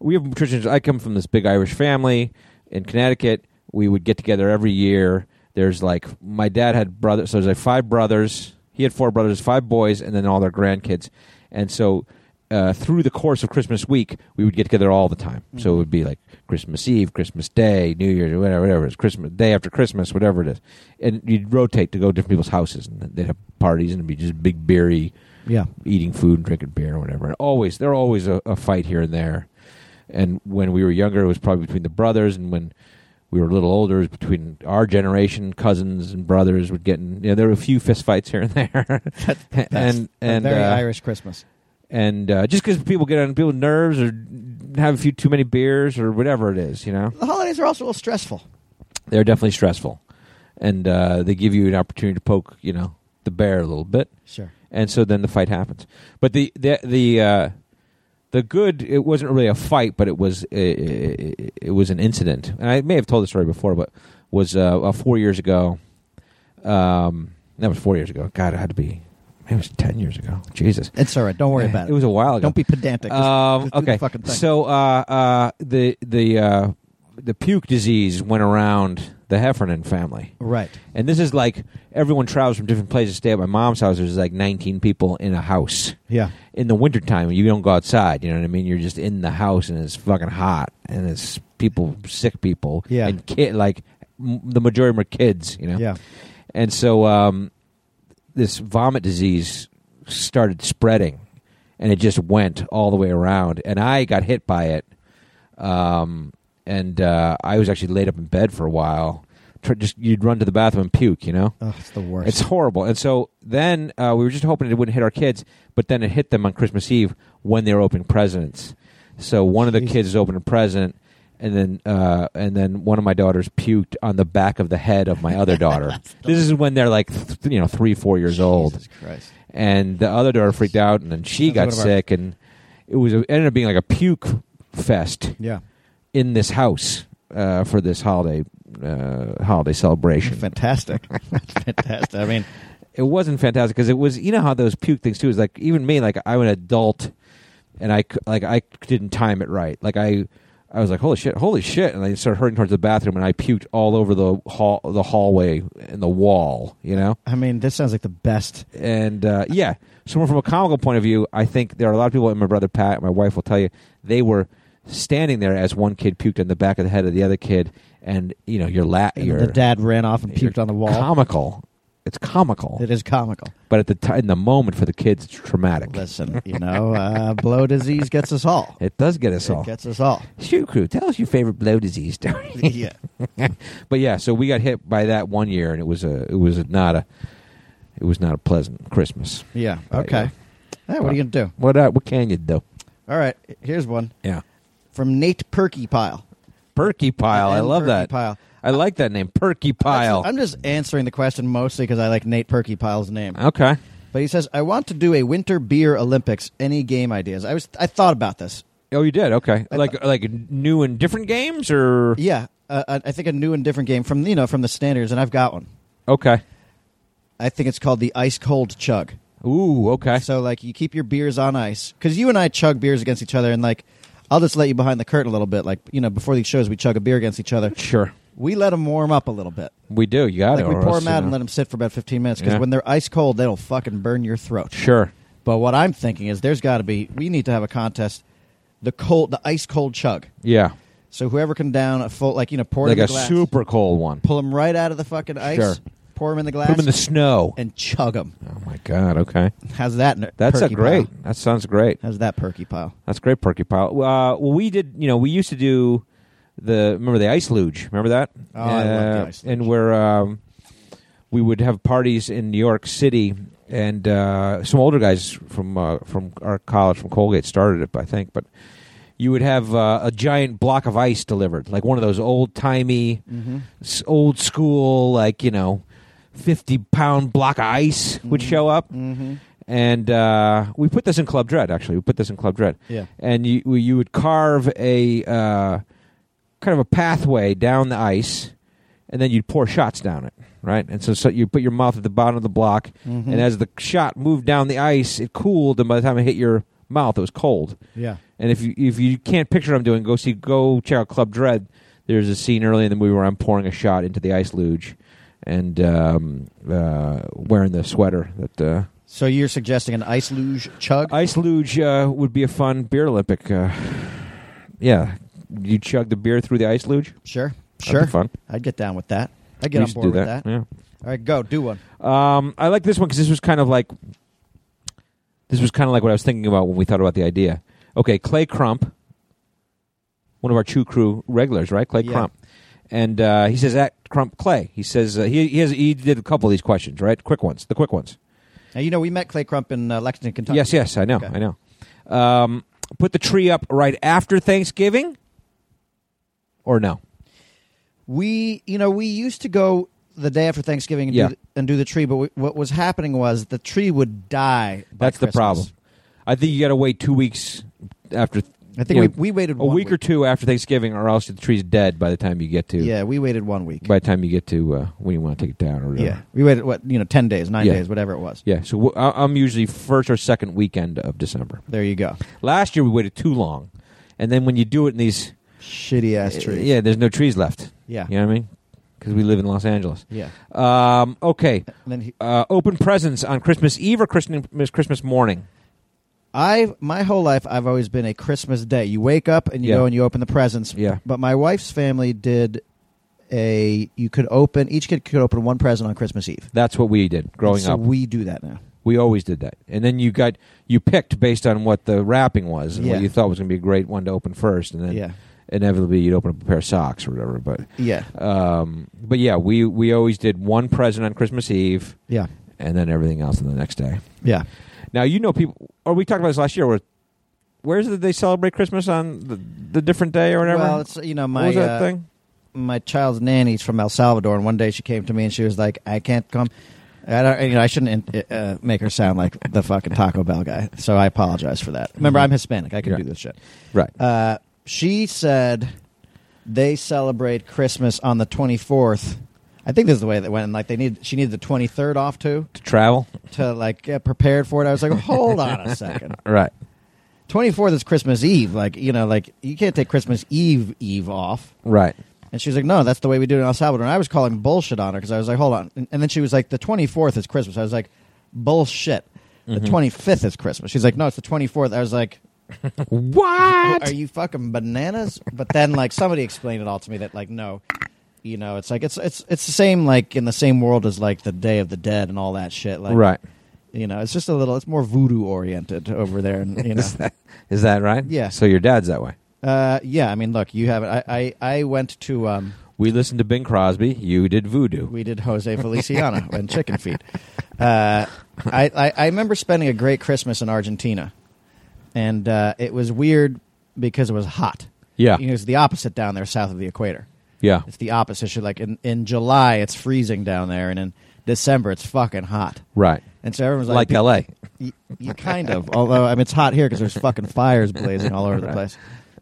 We have traditions. I come from this big Irish family in Connecticut. We would get together every year. There's like my dad had brothers, so there's like five brothers. He had four brothers, five boys, and then all their grandkids. And so uh, through the course of Christmas week, we would get together all the time. So it would be like Christmas Eve, Christmas Day, New Year's, whatever, whatever it's Christmas day after Christmas, whatever it is, and you'd rotate to go to different people's houses, and they'd have parties, and it'd be just big beery Yeah. eating food and drinking beer or whatever. And always there always a, a fight here and there. And when we were younger, it was probably between the brothers, and when we were a little older, it was between our generation, cousins and brothers would get in. You know, there were a few fist fights here and there, That's and and a very uh, Irish Christmas. and uh, just because people get on people's nerves or have a few too many beers or whatever it is, you know, The holidays are also a little stressful. they're definitely stressful, and uh, they give you an opportunity to poke, you know, the bear a little bit Sure. and so then the fight happens. But the the the uh, the good it wasn't really a fight, but it was it, it, it was an incident, and I may have told the story before, but was uh, uh, four years ago. Um, that was four years ago. God, it had to be. It was ten years ago. Jesus. It's all right. Don't worry about it. It was a while ago. Don't be pedantic. Just- Um, just do the okay. fucking thing. So uh, uh, the the uh, the puke disease went around the Heffernan family, right. and this is like everyone travels from different places. Stay at my mom's house. There's like 19 people in a house Yeah. in the wintertime. You don't go outside. You know what I mean? You're just in the house, and it's fucking hot, and it's people, sick people, Yeah. and kid like m- the majority of them are kids. You know, Yeah. and so um, this vomit disease started spreading, and it just went all the way around. And I got hit by it, um, and uh, I was actually laid up in bed for a while. Tr- Just you'd run to the bathroom and puke, you know. Oh, it's the worst. It's horrible. And so then uh, we were just hoping it wouldn't hit our kids, but then it hit them on Christmas Eve when they were opening presents. So one of the Jeez. kids is opening a present, and then uh, and then one of my daughters puked on the back of the head of my other daughter. this is when they're like th- you know three, four years old, Jesus Christ. and the other daughter freaked out, and then she Sounds like got one of our- sick, and it was a, it ended up being like a puke fest Yeah. in this house uh, for this holiday uh, holiday celebration. Fantastic. Fantastic. I mean, it wasn't fantastic because it was you know how those puke things too is like even me like I'm an adult and I c- like I didn't time it right like I I was like holy shit holy shit and I started hurrying towards the bathroom and I puked all over the hall the hallway and the wall you know I mean, this sounds like the best. and uh, yeah so from a comical point of view I think there are a lot of people and my brother Pat my wife will tell you they were standing there as one kid puked on the back of the head of the other kid and you know your la- And your the dad ran off and your puked on the wall. comical it's comical it is comical. but at the ti in the moment for the kids, it's traumatic. Listen, you know, uh, blow disease gets us all. It does get us all. It gets us all. Shoot crew, tell us your favorite blow disease story. yeah. but yeah, so we got hit by that one year, and it was a it was not a it was not a pleasant Christmas. Yeah. But, yeah. Okay. Yeah, what are you going to do? What uh, what can you do? All right. Here's one Yeah, from Nate Perky Pile. Perky Pile. I And love Perky that. Pile. I like that name, Perky Pile. I'm just answering the question mostly because I like Nate Perky Pile's name. okay. But he says, I want to do a winter beer Olympics. Any game ideas? I was I thought about this. Oh, you did. Okay, like like new and different games, or Yeah, uh, I I think a new and different game from you know from the standards, and I've got one. okay. I think it's called the ice cold chug. Ooh, okay. So like you keep your beers on ice because you and I chug beers against each other, and like I'll just let you behind the curtain a little bit. Like you know before these shows, we chug a beer against each other. sure, We let them warm up a little bit. we do. You got Like it. we or pour else, them out you and know. let them sit for about fifteen minutes because Yeah. when they're ice cold, they'll fucking burn your throat. Sure. But what I'm thinking is there's got to be we need to have a contest, the cold, the ice cold chug. Yeah, So whoever can down a full like you know pour it in like the a glass, super cold one. pull them right out of the fucking ice, Sure. pour them in the glass, Put 'em in the snow. and chug them. Oh my god! Okay, How's that? ner- that's a perky great. Pile? That sounds great. How's that perky pile? That's great, Perky Pile. Uh, well, we did. You know, we used to do the remember the ice luge. Remember that? Oh, I love the Uh, ice And luge. where um, we would have parties in New York City, and uh, some older guys from uh, from our college from Colgate started it, I think, but. You would have uh, a giant block of ice delivered, like one of those old timey, Mm-hmm. s old school, like you know, fifty pound block of ice would show up, Mm-hmm. and uh, we put this in Club Dread. Actually, we put this in Club Dread. Yeah. and you we- you would carve a uh, kind of a pathway down the ice, and then you'd pour shots down it. Right, and so, so you put your mouth at the bottom of the block, Mhm. and as the shot moved down the ice, it cooled, and by the time it hit your mouth, it was cold. Yeah. And if you if you can't picture what I'm doing, go see go check out Club Dread. There's a scene early in the movie where I'm pouring a shot into the ice luge, and um, uh, wearing the sweater that. Uh, So you're suggesting an ice luge chug? Ice luge uh, would be a fun beer Olympic. Uh, yeah, you chug the beer through the ice luge. sure, That'd sure. be fun. I'd get down with that. I'd We get on used to board do with that. All right, go do one. Yeah. Um, I like this one because this was kind of like this was kind of like what I was thinking about when we thought about the idea. Okay, Clay Crump, one of our Chew Crew regulars, right? Clay Yeah. Crump, and uh, he says at Crump Clay. He says uh, he he, has, he did a couple of these questions, right? Quick ones, the quick ones. Now you know we met Clay Crump in uh, Lexington, Kentucky. Yes, yes, I know, Okay. I know. Um, put the tree up right after Thanksgiving, or no? We, you know, we used to go the day after Thanksgiving and, Yeah. do, the, and do the tree, but we, what was happening was the tree would die. By That's the Christmas. problem. I think you got to wait two weeks after I think you we, know, we waited a one week or two after Thanksgiving, or else the tree's dead by the time you get to. Yeah, we waited one week. By the time you get to uh, when you want to take it down, or whatever. yeah, we waited what you know, ten days, nine Yeah. days, whatever it was. yeah. So w- I- I'm usually first or second weekend of December. There you go. Last year we waited too long, and then when you do it in these, Shitty ass trees. yeah, there's no trees left. yeah, You know what I mean? Because we live in Los Angeles. yeah. Um, okay. And then he, Uh, open presents on Christmas Eve or Christmas Christmas morning. I my whole life I've always been a Christmas day. You wake up and you Yeah. go and you open the presents. Yeah. But my wife's family did a you could open each kid could open one present on Christmas Eve. That's what we did growing so up. we do that now. We always did that. And then you got you picked based on what the wrapping was and Yeah. what you thought was going to be a great one to open first, and then yeah. inevitably you'd open up a pair of socks or whatever. But Yeah. um, but yeah, we we always did one present on Christmas Eve Yeah. and then everything else on the next day. Yeah. Now you know people. Or we talked about this last year. Where where's did they celebrate Christmas on the, the different day or whatever? Well, it's you know what my was that uh, thing? my child's nanny's from El Salvador, and one day she came to me and she was like, "I can't come." I don't. You know, I shouldn't uh, make her sound like the fucking Taco Bell guy. So I apologize for that. Remember, I'm Hispanic. I can Yeah. do this shit. Right. Uh, she said they celebrate Christmas on the 24th. I think this is the way that went. Like they need, she needed the 23rd off too to travel. to like get prepared for it. I was like, hold on a second. Right. 24th is Christmas Eve. Like you know, like you can't take Christmas Eve Eve off. Right. And she was like, "No, that's the way we do it in El Salvador." And I was calling bullshit on her because I was like, "Hold on." And, and then she was like, "The twenty fourth is Christmas." I was like, "Bullshit." The Mm-hmm. twenty fifth is Christmas. She's like, "No, it's the twenty fourth. I was like, "Are What? you fucking bananas?" But then like somebody explained it all to me that like no, you know, it's like it's it's it's the same like in the same world as like the Day of the Dead and all that shit. Like right. you know, it's just a little. It's more voodoo oriented over there, and you know. Is that right? Yeah. So your dad's that way. Uh, yeah, I mean, look, you have it. I, I, I went to um, We listened to Bing Crosby. You did voodoo. we did Jose Feliciano and chicken feet. Uh, I, I, I remember spending a great Christmas in Argentina, and uh, it was weird because it was hot. yeah. You know, it's the opposite down there south of the equator. yeah. It's the opposite. So, Like in, in July, it's freezing down there, and in December, it's fucking hot. Right. And so everyone's Like like, LA. y- y- kind of. Although I mean, it's hot here because there's fucking fires blazing all over the place.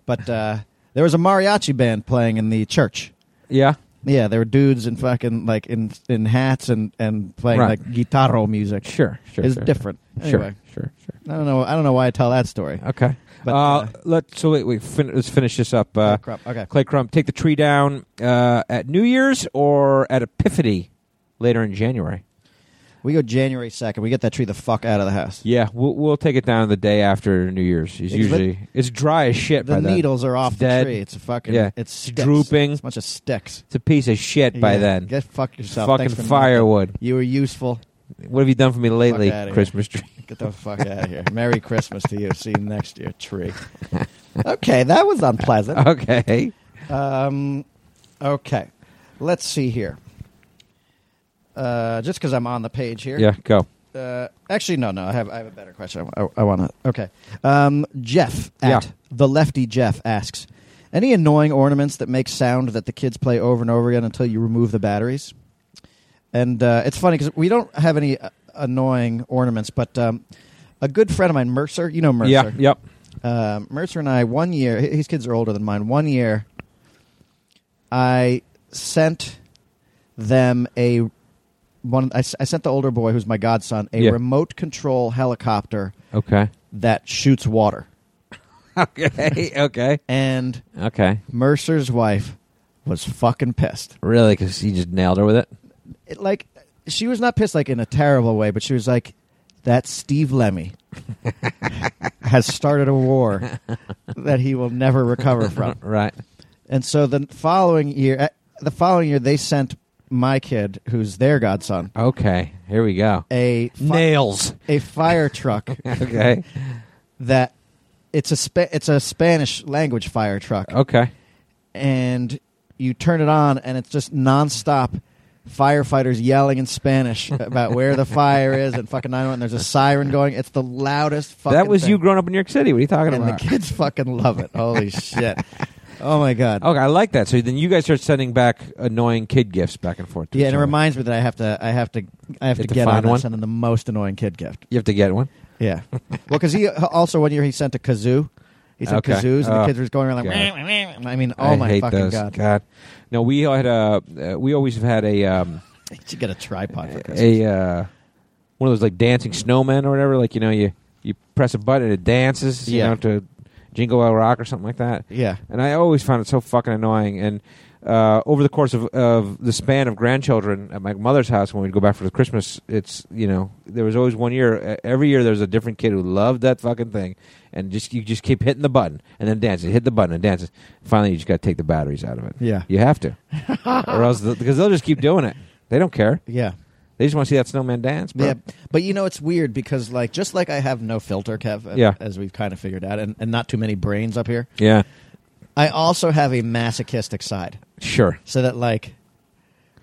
But uh, there was a mariachi band playing in the church. Yeah. Yeah, there were dudes in fucking like in in hats and and playing Right. like guitarro music. Sure. Sure. it's sure, different. Sure. Anyway, Sure. Sure. I don't know. I don't know why I tell that story. Okay. But, uh, uh, let so wait, wait fin- let's finish this up. Uh, Oh, crap. Okay. Clay Crump, take the tree down uh, at New Year's or at Epiphany later in January. We go January second. We get that tree the fuck out of the house. Yeah, we'll we'll take it down the day after New Year's. It's It's usually it's dry as shit. The by then. needles are off It's dead. the tree. It's a fucking. Yeah. it's It's sticks. drooping. It's a bunch of sticks. It's a piece of shit by Yeah, then. get fuck yourself. Fucking Thanks for firewood. nothing. You were useful. What have you done for me lately? outta here. Christmas tree. Get the fuck out of here. Merry Christmas to you. See you next year, tree. Okay, that was unpleasant. Okay. Um, okay, let's see here. Uh, just because I'm on the page here. Yeah. Go. Uh, actually, no, no. I have I have a better question. I, want to. Okay. Um, Jeff at Yeah. the lefty Jeff asks, any annoying ornaments that make sound that the kids play over and over again until you remove the batteries? And uh, it's funny because we don't have any uh, annoying ornaments, but um, a good friend of mine, Mercer, you know Mercer, Yeah. Yep. um, Mercer and I, one year, hi- his kids are older than mine. One year, I sent them a one. I, s- I sent the older boy, who's my godson, a Yeah. remote control helicopter Okay. that shoots water. Okay. okay. And Okay. Mercer's wife was fucking pissed. Really? Because he just nailed her with it. It, like she was not pissed like in a terrible way, but she was like, "That Steve Lemmy has started a war that he will never recover from." Right. And so the following year, uh, the following year, they sent my kid, who's their godson, Okay. Here we go. a fi- Nails. a fire truck Okay. that it's a spa- it's a Spanish language fire truck, Okay. and you turn it on, and it's just nonstop firefighters yelling in Spanish about where the fire is and fucking nine one. There's a siren going. It's the loudest fucking. That was thing. you growing up in New York City. What are you talking and the about? kids fucking love it. Holy shit! Oh my god. Okay, I like that. So then you guys start sending back annoying kid gifts back and forth. to Yeah, each and it other. reminds me that I have to, I have to, I have You to have to get find on that one? sending the most annoying kid gift. you have to get one. uh, Yeah, well, because he also one year he sent a kazoo. He said Okay. kazoos, and Oh, the kids were just going around like. God. "Wah, wah, wah." I mean, oh I my hate fucking those. god! No, we had a. Uh, we always have had a um, You should get a tripod for Christmas. a uh, one of those like dancing snowmen or whatever. Like you know, you you press a button and it dances. You Yeah. know, to Jingle Bell Rock or something like that. yeah, And I always found it so fucking annoying. And uh, over the course of, of the span of grandchildren at my mother's house, when we'd go back for Christmas, it's you know there was always one year. e- Every year there was a different kid who loved that fucking thing, and just you just keep hitting the button and then dances, hit the button and dances. Finally, you just got to take the batteries out of it. Yeah. you have to, or else they'll- because they'll just keep doing it. They don't care. yeah. They just want to see that snowman dance. Bro. Yeah, but you know it's weird because like just like I have no filter, Kev, uh, Yeah. as we've kind of figured out, and, and not too many brains up here. yeah, I also have a masochistic side, sure. so that like,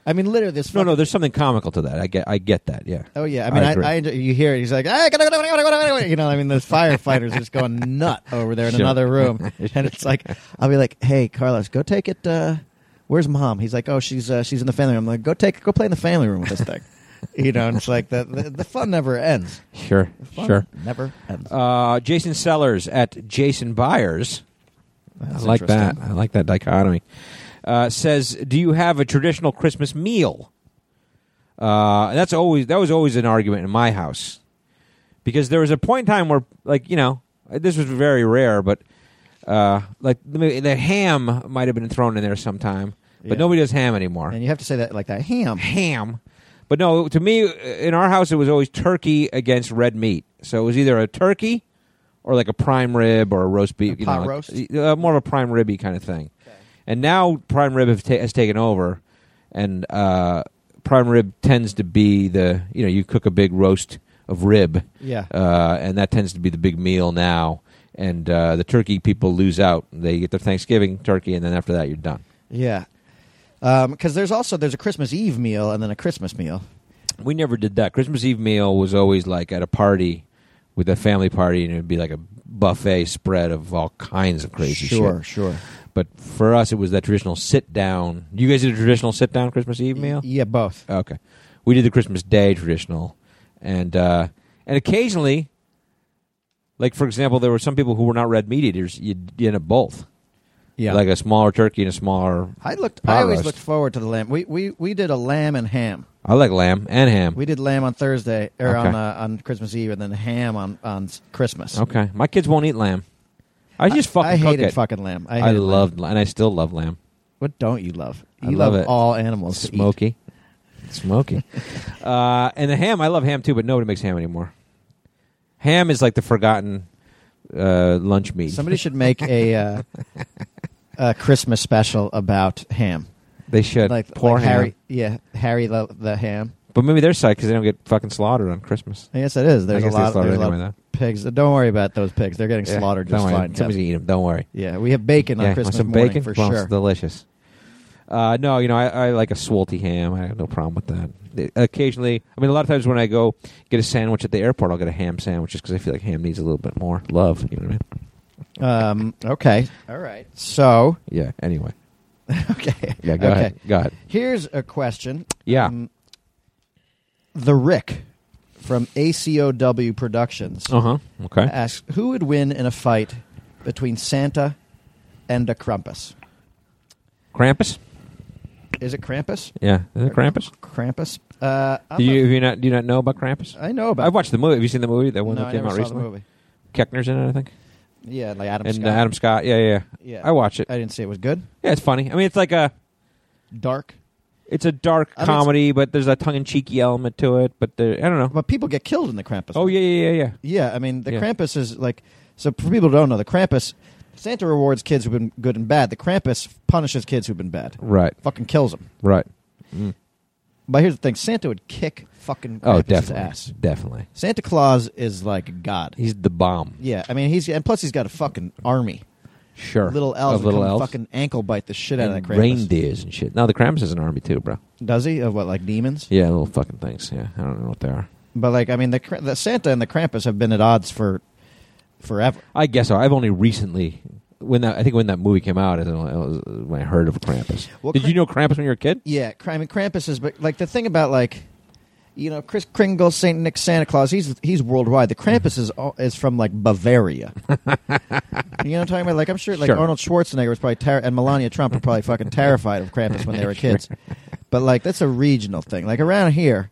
I mean, literally this. No, fucking- no. There's something comical to that. I get. I get that. Yeah. Oh yeah, I mean, I, agree. I, you hear it. He's like, "Ah, gotta go, gotta go, gotta go, gotta go," you know, I mean, the firefighters are just going nut over there in Sure. another room, and it's like, I'll be like, hey, Carlos, go take it. Uh, where's mom? He's like, oh, she's uh, she's in the family room. I'm like, go take, go play in the family room with this thing, you know. And it's like the the, the fun never ends. sure. Fun Sure. never ends. Uh, Jason Sellers at Jason Byers. That's I like that. interesting. I like that dichotomy. Uh, says, do you have a traditional Christmas meal? Uh, that's always that was always an argument in my house because there was a point in time where, like you know, this was very rare, but uh, like the, the ham might have been thrown in there sometime, but Yeah. nobody does ham anymore And you have to say that like that. Ham. ham. But no, to me, in our house, it was always turkey against red meat. So it was either a turkey or like a prime rib or a roast beef. pot like- roast? uh, more of a prime ribby kind of thing. And now prime rib have ta- has taken over, and uh, prime rib tends to be the you know you cook a big roast of rib, Yeah. uh, and that tends to be the big meal now. And uh, the turkey people lose out. They get their Thanksgiving turkey, and then after that, you're done. Yeah. Because there's also there's a Christmas Eve meal and then a Christmas meal. We never did that. Christmas Eve meal was always like at a party with a family party, and it would be like a buffet spread of all kinds of crazy sure, shit. sure. But for us, it was that traditional sit down. You guys did a traditional sit down Christmas Eve meal? Yeah, both. Okay. We did the Christmas Day traditional, and uh, and occasionally, like for example, there were some people who were not red meat eaters. You'd, you end up both, Yeah. like a smaller turkey and a smaller. I looked. Pot I always roast. looked forward to the lamb. We, we we did a lamb and ham. I like lamb and ham. We did lamb on Thursday or on Okay. uh, on Christmas Eve, and then ham on on s- Christmas. okay, my kids won't eat lamb. I just fucking I cook hated it. fucking lamb. I, I, hated lamb. loved, and I still love lamb. What don't you love? I You love it. all animals. to eat. Smoky, smoky, uh, and the ham. I love ham too, but nobody makes ham anymore. Ham is like the forgotten uh, lunch meat. Somebody should make a uh, a Christmas special about ham. they should Like poor like ham, Harry. Yeah, Harry the, the ham. but maybe they're psyched because they don't get fucking slaughtered on Christmas. Yes, it is. There's I a guess they lot. slaughter There's a lot anyway, of though. pigs. Don't worry about those pigs. They're getting Yeah, slaughtered don't just worry. fine. Kev. Somebody's gonna eat them. Don't worry. Yeah, we have bacon on yeah, Christmas want some morning bacon for Well, sure. It's delicious. Uh, no, you know, I, I like a swalty ham. I have no problem with that. They- Occasionally, I mean, a lot of times when I go get a sandwich at the airport, I'll get a ham sandwich just because I feel like ham needs a little bit more love. You know what I mean? Um, okay. All right. So, Yeah. Anyway. okay. Yeah. okay. Go Um, ahead. Go ahead. Here's a question. Yeah. the Rick from ACOW Productions Uh huh. Okay. asks Who would win in a fight between Santa and a Krampus? Krampus. Is it Krampus? Yeah. Is it Krampus? Krampus? Uh, I'm Do you, a- have you not do you not know about Krampus? I know about I've watched the movie. Have you seen the movie? That one no, that I came never out saw recently. the movie. Keckner's in it, I think. Yeah, like Adam and Scott. Uh, Adam Scott. Yeah, yeah. Yeah. I watch it. I didn't say it was good. yeah, it's funny. I mean, it's like a Dark. it's a dark I mean, it's- comedy, but there's a tongue in cheeky element to it. But the, I don't know. But people get killed in the Krampus. Oh yeah, yeah, yeah, yeah. Yeah, I mean the Yeah. Krampus is like so for people who don't know the Krampus Santa rewards kids who've been good and bad. The Krampus punishes kids who've been bad. Right. Fucking kills them. Right. But here's the thing: Santa would kick fucking Oh, Krampus' definitely. ass. Definitely. Santa Claus is like God. He's the bomb. Yeah, I mean he's and plus he's got a fucking army. Sure. Little elves Of little would come elves. fucking ankle bite the shit out of and that Krampus. reindeers and shit. No, the Krampus is an army too, bro. Does he of what like demons? Yeah, little fucking things. Yeah, I don't know what they are. But like I mean the, Kra- the Santa and the Krampus have been at odds for forever. I guess so. I've only recently when that I think when that movie came out, I don't know, it was when I heard of Krampus. Well, Did Kramp- you know Krampus when you were a kid? Yeah, Cr- I mean Krampus is but like the thing about like You know, Chris Kringle, Saint Nick, Santa Claus. He's he's worldwide. The Krampus is all, is from like Bavaria. you know what I'm talking about? Like I'm sure, like Sure. Arnold Schwarzenegger was probably ter- and Melania Trump were probably fucking terrified of Krampus when they were kids. But like that's a regional thing. Like around here,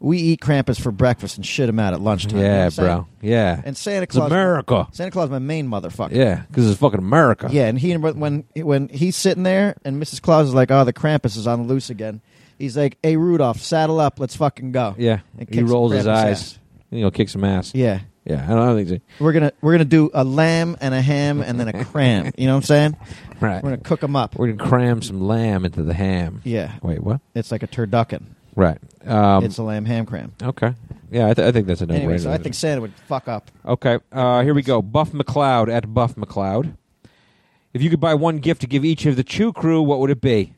we eat Krampus for breakfast and shit him out at lunchtime. You know what Yeah, I'm saying? bro. Yeah. And Santa It's Claus, America. Santa Claus, my main motherfucker. Yeah, because it's fucking America. Yeah, and he when when he's sitting there and Mrs. Claus is like, "Oh, the Krampus is on loose again." He's like, "Hey Rudolph, saddle up, let's fucking go." Yeah. And He kicks rolls his Krampus' eyes. ass. You know, kicks some ass. Yeah, Yeah. I don't think so. we're gonna we're gonna do a lamb and a ham and then a cram. You know what I'm saying? Right. We're gonna cook them up. We're gonna cram some lamb into the ham. Yeah, Wait, what? it's like a turducken. Right. Um, it's a lamb ham cram. okay. Yeah, I, th- I think that's a no-brainer. Anyway, so I think Santa would fuck up. Okay, uh, here we go. Buff McLeod at Buff McLeod. If you could buy one gift to give each of the Chew crew, what would it be?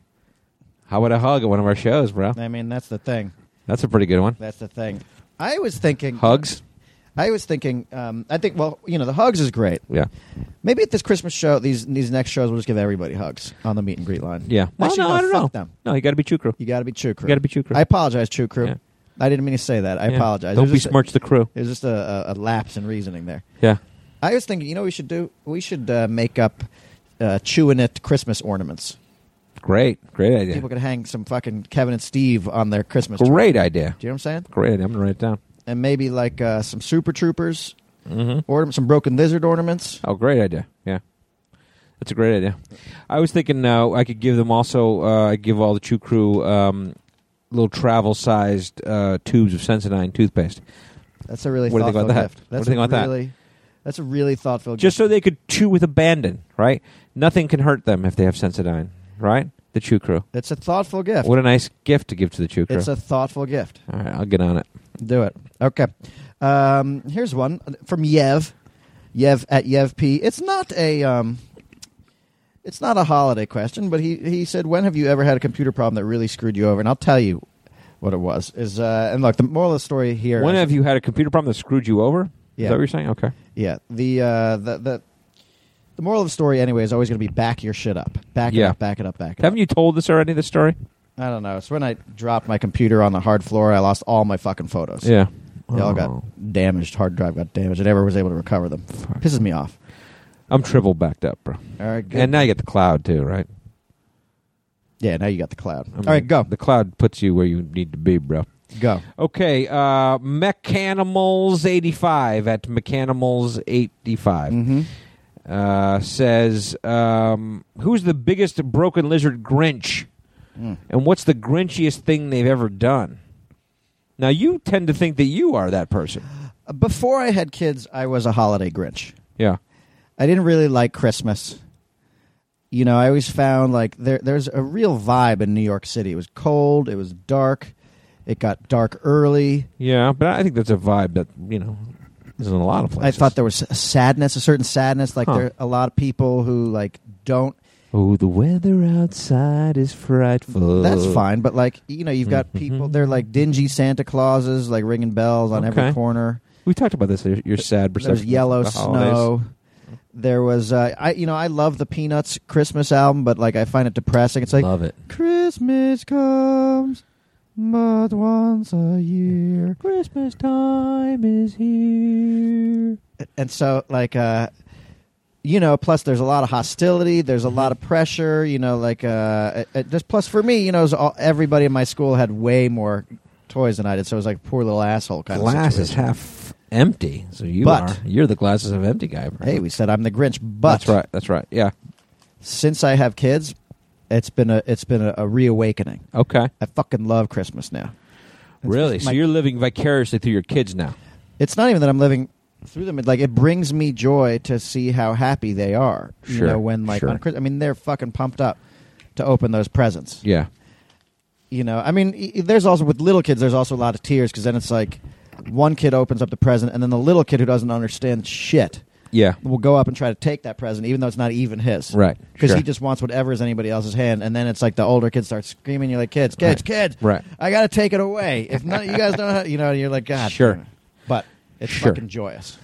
How about a hug at one of our shows, bro? I mean, that's the thing. That's a pretty good one. That's the thing. I was thinking Hugs. I was thinking. Um, I think. Well, you know, the hugs is great. Yeah. Maybe at this Christmas show, these these next shows, we'll just give everybody hugs on the meet and greet line. Yeah. Well, Actually, no, I don't fuck know. them. No, you got to be Chew crew. You got to be Chew Crew. You gotta be Chew Crew. I apologize, Chew Crew. Yeah. I didn't mean to say that. I Yeah. apologize. Don't It was just a- besmirch the crew. It was just a, a, a lapse in reasoning there. Yeah. I was thinking, you know, what we should do. We should uh, make up uh, chewing it Christmas ornaments. Great. Great idea. People could hang some fucking Kevin and Steve on their Christmas. tree. Great idea. Do you know what I'm saying? Great. idea. I'm gonna write it down. And maybe like uh, some Super Troopers, mm-hmm. ornament, some Broken Lizard ornaments. Oh, great idea. Yeah. That's a great idea. I was thinking uh, I could give them also, uh, I give all the Chew Crew um, little travel sized uh, tubes of Sensodyne toothpaste. That's a really What do you think thoughtful about that? gift. What That's do you think a about that? really, That's a really thoughtful Just gift. so they could chew with abandon, right? Nothing can hurt them if they have Sensodyne, right? The Chew Crew. It's a thoughtful gift. What a nice gift to give to the Chew Crew. It's a thoughtful gift. all right, I'll get on it. Do it. Okay. Um, here's one from Yev. Yev at Yev P. It's not a um, it's not a holiday question, but he, he said, "When have you ever had a computer problem that really screwed you over?" And I'll tell you what it was. Is uh, and look, the moral of the story here. When is- have you had a computer problem that screwed you over? Yeah. Is that what you're saying? Okay. yeah the uh, the the the moral of the story anyway is always going to be back your shit up, back it Yeah. up, back it up, back it Haven't you told us already, this story? up. I don't know. It's when I dropped my computer on the hard floor. I lost all my fucking photos. Yeah. They all Oh, got damaged. Hard drive got damaged. I never was able to recover them. fuck. Pisses me off. I'm triple backed up, bro. All right, good. And now you get the cloud, too, right? yeah, now you got the cloud. I mean, All right, go, The cloud puts you where you need to be, bro. go. Okay, uh, Mechanimals85 at Mechanimals85 Mm-hmm. uh, says, um, Who's the biggest broken lizard Grinch? Mm. And what's the Grinchiest thing they've ever done? Now, you tend to think that you are that person. Before I had kids, I was a holiday Grinch. Yeah. I didn't really like Christmas. You know, I always found like there there's a real vibe in New York City. It was cold. It was dark. It got dark early. Yeah, but I think that's a vibe that, you know, is in a lot of I places. thought there was a sadness, a certain sadness. Like Huh. there are a lot of people who like don't Oh, the weather outside is frightful. That's fine, but like you know, you've mm-hmm. got people. They're like dingy Santa Clauses, like ringing bells on every Okay. corner. We talked about this, your your sad There perception. was yellow of the holidays. snow. There was, uh, I you know, I love the Peanuts Christmas album, but like I find it depressing. It's like Love it. Christmas comes but once a year, Christmas time is here. and so like uh, you know, plus there's a lot of hostility. There's a Mm-hmm. lot of pressure. You know, like uh, it, it just plus for me, you know, it was all, everybody in my school had way more toys than I did, so it was like poor little asshole kind Glass of is situation. half empty, so you But- are. You're the glasses of empty guy. Bro. Hey, we said I'm the Grinch, but that's right. That's right. Yeah. since I have kids, it's been a it's been a, a reawakening. Okay. I fucking love Christmas now. It's really? just So my- you're living vicariously through your kids now. It's not even that I'm living through them. It, Like it brings me joy to see how happy they are. You Sure, know when like sure. on Christmas, I mean they're fucking pumped up to open those presents. Yeah. You know, I mean y- y- there's also with little kids there's also a lot of tears because then it's like one kid opens up the present and then the little kid who doesn't understand shit Yeah. will go up and try to take that present, even though it's not even his. Right, Because sure. he just wants whatever is anybody else's hand, and then it's like the older kid starts screaming. You're like, kids, kids, Right, kids. right. I gotta take it away. If none, you guys don't, know, you know, you're like, God. Sure. damn it." But it's Sure. fucking joyous.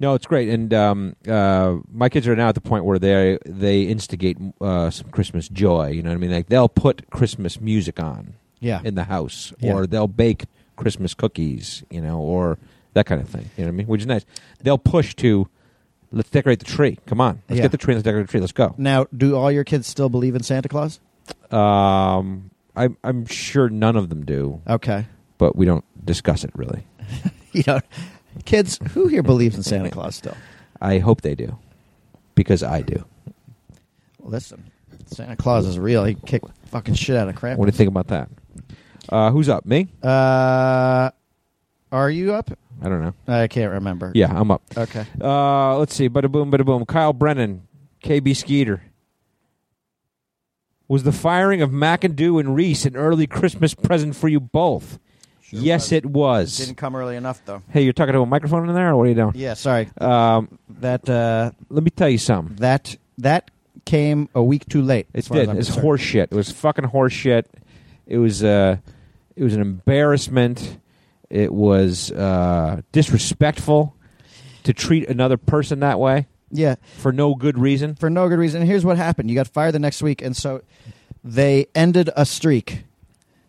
No, it's great, and um, uh, my kids are now at the point where they they instigate uh, some Christmas joy. You know what I mean? Like they'll put Christmas music on Yeah. in the house, Yeah. or they'll bake Christmas cookies, you know, or that kind of thing. You know what I mean? Which is nice. They'll push to let's decorate the tree. Come on, let's Yeah. get the tree. Let's decorate the tree. Let's go. Now, do all your kids still believe in Santa Claus? Um, I, I'm sure none of them do, Okay. but we don't discuss it really. You know, kids, who here believes in Santa Claus still? I hope they do, because I do. Listen, Santa Claus is real. He kicked fucking shit out of crap. What do you think about that? Uh, who's up? Me? Uh, are you up? I don't know. I can't remember. Yeah, I'm up. Okay. Uh, let's see. Bada boom, bada boom. Kyle Brennan, KB Skeeter. Was the firing of McAdoo and Reese an early Christmas present for you both? yes, it was. Didn't come early enough though. Hey, you're talking to a microphone in there, or what are you doing? Yeah, sorry. Um, That uh, let me tell you something. that that came a week too late. It as far as did. I'm It's concerned. horse shit. It was fucking horse shit. It was uh, it was an embarrassment. It was uh, disrespectful to treat another person that way Yeah, for no good reason. for no good reason. And here's what happened: you got fired the next week, and so they ended a streak,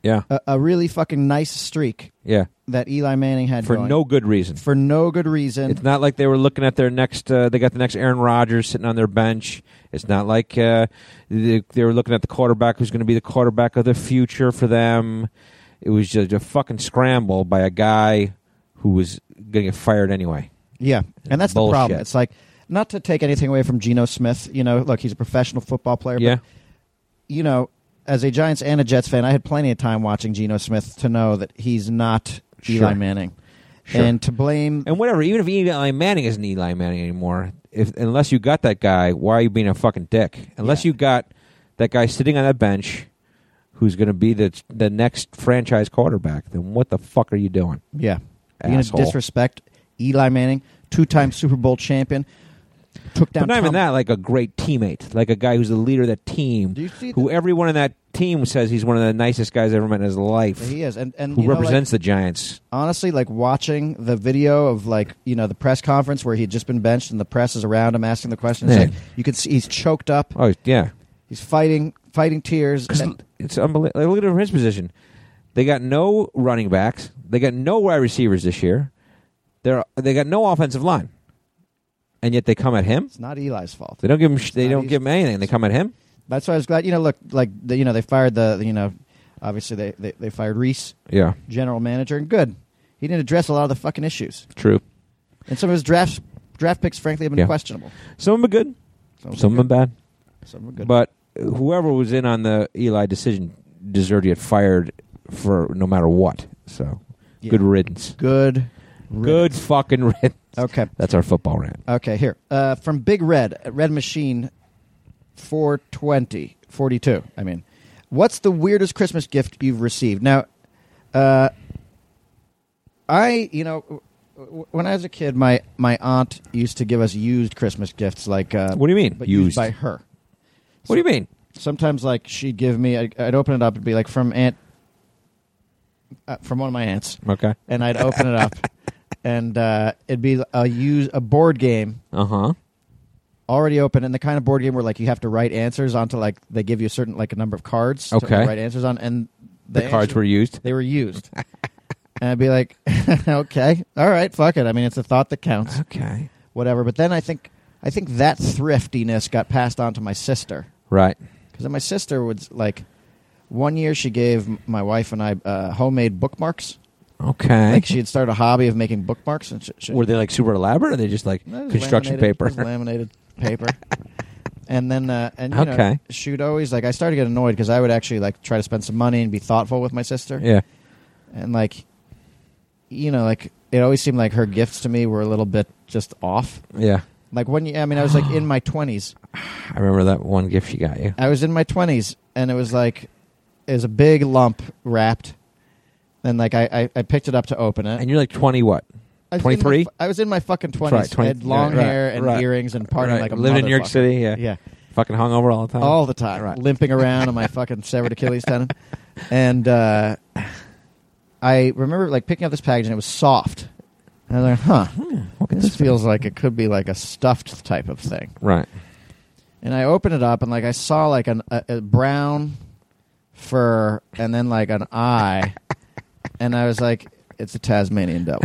Yeah, a, a really fucking nice streak yeah. that Eli Manning had For going. no good reason. for no good reason. It's not like they were looking at their next. Uh, they got the next Aaron Rodgers sitting on their bench. It's not like uh, they, they were looking at the quarterback who's going to be the quarterback of the future for them. It was just a fucking scramble by a guy who was going to get fired anyway. Yeah, and that's the problem. Bullshit. It's like not to take anything away from Geno Smith. You know, look, he's a professional football player. Yeah, But, you know, as a Giants and a Jets fan, I had plenty of time watching Geno Smith to know that he's not Eli Sure. Manning, Sure. and to blame. and whatever. Even if Eli Manning isn't Eli Manning anymore, if unless you got that guy, why are you being a fucking dick? Unless Yeah. you got that guy sitting on that bench who's going to be the the next franchise quarterback, then what the fuck are you doing? Yeah, you're gonna Asshole. disrespect Eli Manning, two-time Super Bowl champion, took down. But not even Tom- that, like a great teammate, like a guy who's the leader of that team, Do you see who everyone in that team says he's one of the nicest guys ever met in his life, He is, and and who you know, like, represents the Giants. honestly, like watching the video of like you know the press conference where he'd just been benched and the press is around him asking the questions. Yeah. Like, you could see he's choked up. Oh yeah, He's fighting, fighting tears. And- it's unbelievable. Look at it from his position. They got no running backs. They got no wide receivers this year. They're they got no offensive line, and yet they come at him. it's not Eli's fault. They don't give him. Sh- they Not don't easy. give him anything. They come at him. That's why I was glad. You know, look, like the, you know, they fired the you know, obviously they, they they fired Reese, Yeah, general manager, and good. He didn't address a lot of the fucking issues, true. and some of his drafts draft picks, frankly, have been Yeah. questionable. Some of them are good. Some, Some of them bad. good, some were good. But whoever was in on the Eli decision deserved to get fired for no matter what. So Yeah. good riddance. good, Good fucking riddance. Okay. That's our football rant. Okay, here. Uh, from Big Red, at Red Machine 420, 42, I mean. What's the weirdest Christmas gift you've received? Now, uh, I, you know, w- w- when I was a kid, my, my aunt used to give us used Christmas gifts, like. Uh, What do you mean, But used, used? by her. What do you mean? Sometimes, like, she'd give me, I, I'd open it up, it'd be like from Aunt, uh, from one of my aunts, Okay. and I'd open it up, and uh, it'd be a, use, a board game Uh huh. already open and the kind of board game where like you have to write answers onto like they give you a certain like a number of cards to Okay. write answers on and The, cards answers- were used. they were used and i'd be like okay all right fuck it i mean it's a thought that counts Okay. whatever but then i think i think that thriftiness got passed on to my sister Right. because my sister was like one year she gave m- my wife and i uh, homemade bookmarks Okay. like she had started a hobby of making bookmarks and she, she, were they like super elaborate or they just like No, it was construction laminated- it was paper? laminated paper. and then, uh, and you know, Okay. she would always like. I started to get annoyed because I would actually like try to spend some money and be thoughtful with my sister. Yeah. And like, you know, like it always seemed like her gifts to me were a little bit just off. Yeah. Like when you, I mean, I was like in my twenties. I remember that one gift she got you. I was in my twenties, and it was like, it was a big lump wrapped. And like I, I, I picked it up to open it. And you're like 20 what? I was in my 23? fu- I was in my fucking Right, twenties. I 20 had long yeah, right, hair and right, earrings and partying right. like a Living in New York motherfucker. City, yeah. yeah. Oh, Fucking hungover all the time. all the time, Uh, Right. limping around on my fucking severed Achilles tendon. And uh, I remember like picking up this package and it was soft. And I was like, huh, Hmm, Look at this this. feels like it could be like a stuffed type of thing. Right. And I opened it up and like I saw like an, a, a brown fur and then like an eye. and I was like, It's a Tasmanian devil.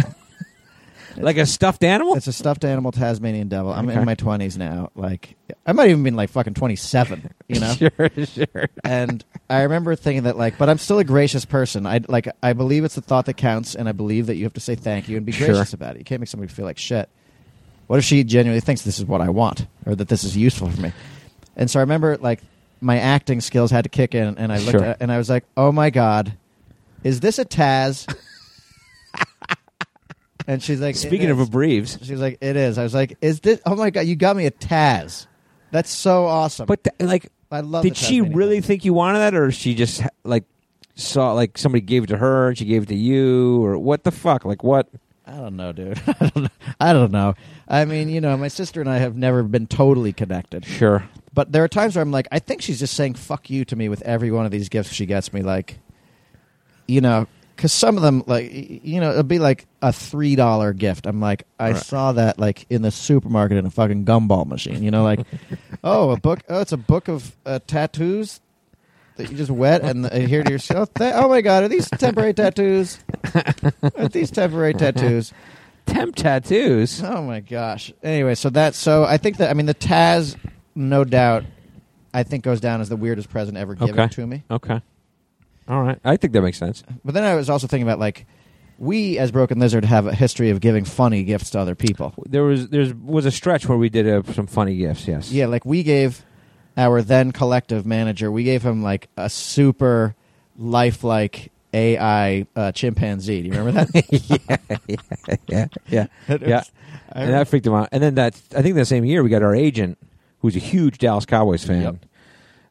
like a stuffed animal. it's a stuffed animal Tasmanian devil. I'm Okay. in my 20s now. Like I might even been like fucking 27. You know. sure, sure. and I remember thinking that like, but I'm still a gracious person. I like I believe it's the thought that counts, and I believe that you have to say thank you and be Sure. gracious about it. You can't make somebody feel like shit. What if she genuinely thinks this is what I want or that this is useful for me? And so I remember like my acting skills had to kick in, and I looked Sure. at it, and I was like, oh my god, is this a Taz? and she's like, "It Speaking of is." abreves, she was like, it is. I was like, is this? Oh my god, you got me a Taz. That's so awesome. but th- like, I love. did the she Tasmanian really devil. think you wanted that, or she just ha- like saw like somebody gave it to her, and she gave it to you, or what the fuck? Like what? I don't know, dude. I don't know. I don't know. I mean, you know, my sister and I have never been totally connected. Sure. But there are times where I'm like, I think she's just saying fuck you to me with every one of these gifts she gets me. Like, you know, because some of them, like, y- you know, it'll be like a $3 gift. I'm like, I Right. saw that, like, in the supermarket in a fucking gumball machine. You know, like, oh, a book. Oh, it's a book of uh, tattoos that you just wet and adhere to yourself. Th- oh, my God. Are these temporary tattoos? Are these temporary tattoos? Temp tattoos. Oh my gosh. Anyway, so that so I think that I mean the Taz, no doubt, I think goes down as the weirdest present ever given Okay. to me. Okay. All right. I think that makes sense. But then I was also thinking about like we as Broken Lizard have a history of giving funny gifts to other people. There was there was a stretch where we did uh, some funny gifts. Yes. Yeah, like we gave our then collective manager, we gave him like a super lifelike AI uh, chimpanzee. Do you remember that? Yeah. Yeah. It yeah. was- I And that freaked him out. And then that I think that same year we got our agent, who's a huge Dallas Cowboys fan. Yep.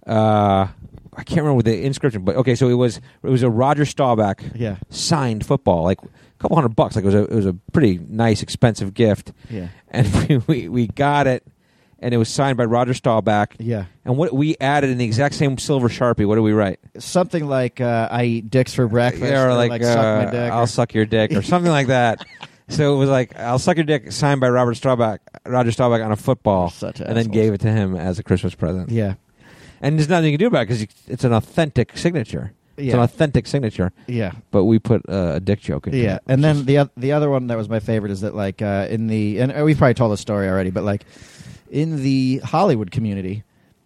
Uh, I can't remember the inscription, but okay, so it was it was a Roger Staubach Yeah. signed football, like a couple hundred bucks. Like it was a it was a pretty nice, expensive gift. Yeah. And we, we, we got it and it was signed by Roger Staubach. Yeah. And what we added in the exact same silver Sharpie, what do we write? Something like uh, I eat dicks for breakfast. Yeah, or like, suck uh, my dick. I'll or- suck your dick, or something like that. So it was like, I'll suck your dick, signed by Robert Staubach, Roger Staubach on a football, Such and then assholes. gave it to him as a Christmas present. yeah. And there's nothing you can do about it because it's an authentic signature. It's an Yeah. authentic signature, Yeah. but we put uh, a dick joke in. Yeah, and then the oth- the other one that was my favorite is that like uh, in the and we've probably told the story already, but like in the Hollywood community,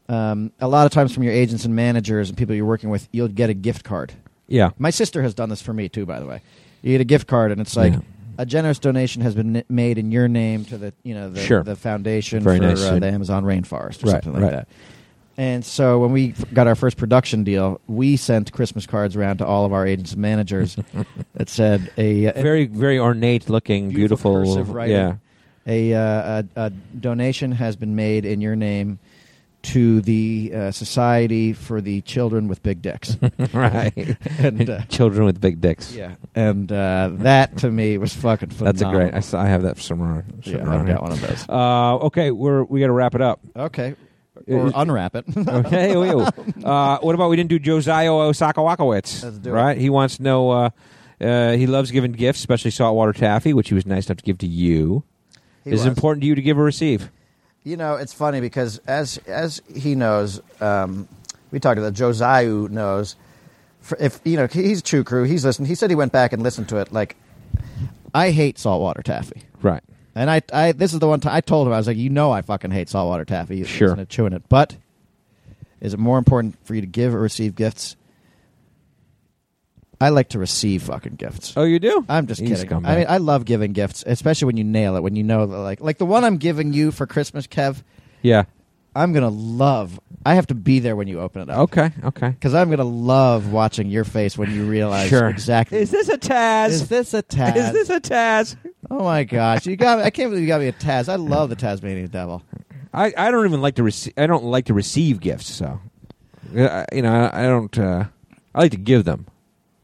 um, a lot of times from your agents and managers and people you're working with, you'll get a gift card. yeah, My sister has done this for me too, by the way. You get a gift card, and it's like Yeah. a generous donation has been n- made in your name to the you know the, Sure. the foundation Very for nice. uh, the Amazon rainforest or Right, something like right. that. And so when we f- got our first production deal, we sent Christmas cards around to all of our agents and managers that said a very very ornate looking, Beautiful beautiful. cursive writing. yeah, a, uh, a, a donation has been made in your name to the uh, Society for the Children with Big Dicks. right. and uh, Children with big dicks. yeah, and uh, that to me was fucking that's phenomenal. a great. I, saw, I have that somewhere. Yeah, somewhere I've around got here. one of those. Uh, okay, we're we got to wrap it up. Okay, Uh, or unwrap it. okay, wait, wait. Uh, what about we didn't do Josiah Osakawakowitz? Let's do it. right? He wants to know. Uh, uh, he loves giving gifts, especially saltwater taffy, which he was nice enough to give to you. He Is was. it important to you to give or receive? You know, it's funny because as as he knows, um, we talked about Josiah knows. For if you know, he's true crew. He's listened. He said he went back and listened to it. Like, I hate saltwater taffy. Right. And I, I, this is the one time I told him I was like, you know, I fucking hate saltwater taffy. You- Sure. isn't it chewing it. But is it more important for you to give or receive gifts? I like to receive fucking gifts. Oh, you do? I'm just You kidding. scumbag. I mean, I love giving gifts, especially when you nail it. When you know, that, like, like the one I'm giving you for Christmas, Kev. yeah. I'm gonna love. I have to be there when you open it up. Okay. Okay. Because I'm gonna love watching your face when you realize Sure. exactly. Is this a Taz? Is this a Taz? Is this a Taz? oh my gosh! You got. I can't believe you got me a Taz. I love the Tasmanian Devil. I, I don't even like to receive. I don't like to receive gifts. So, Uh, I- you know, I, I don't. Uh, I like to give them.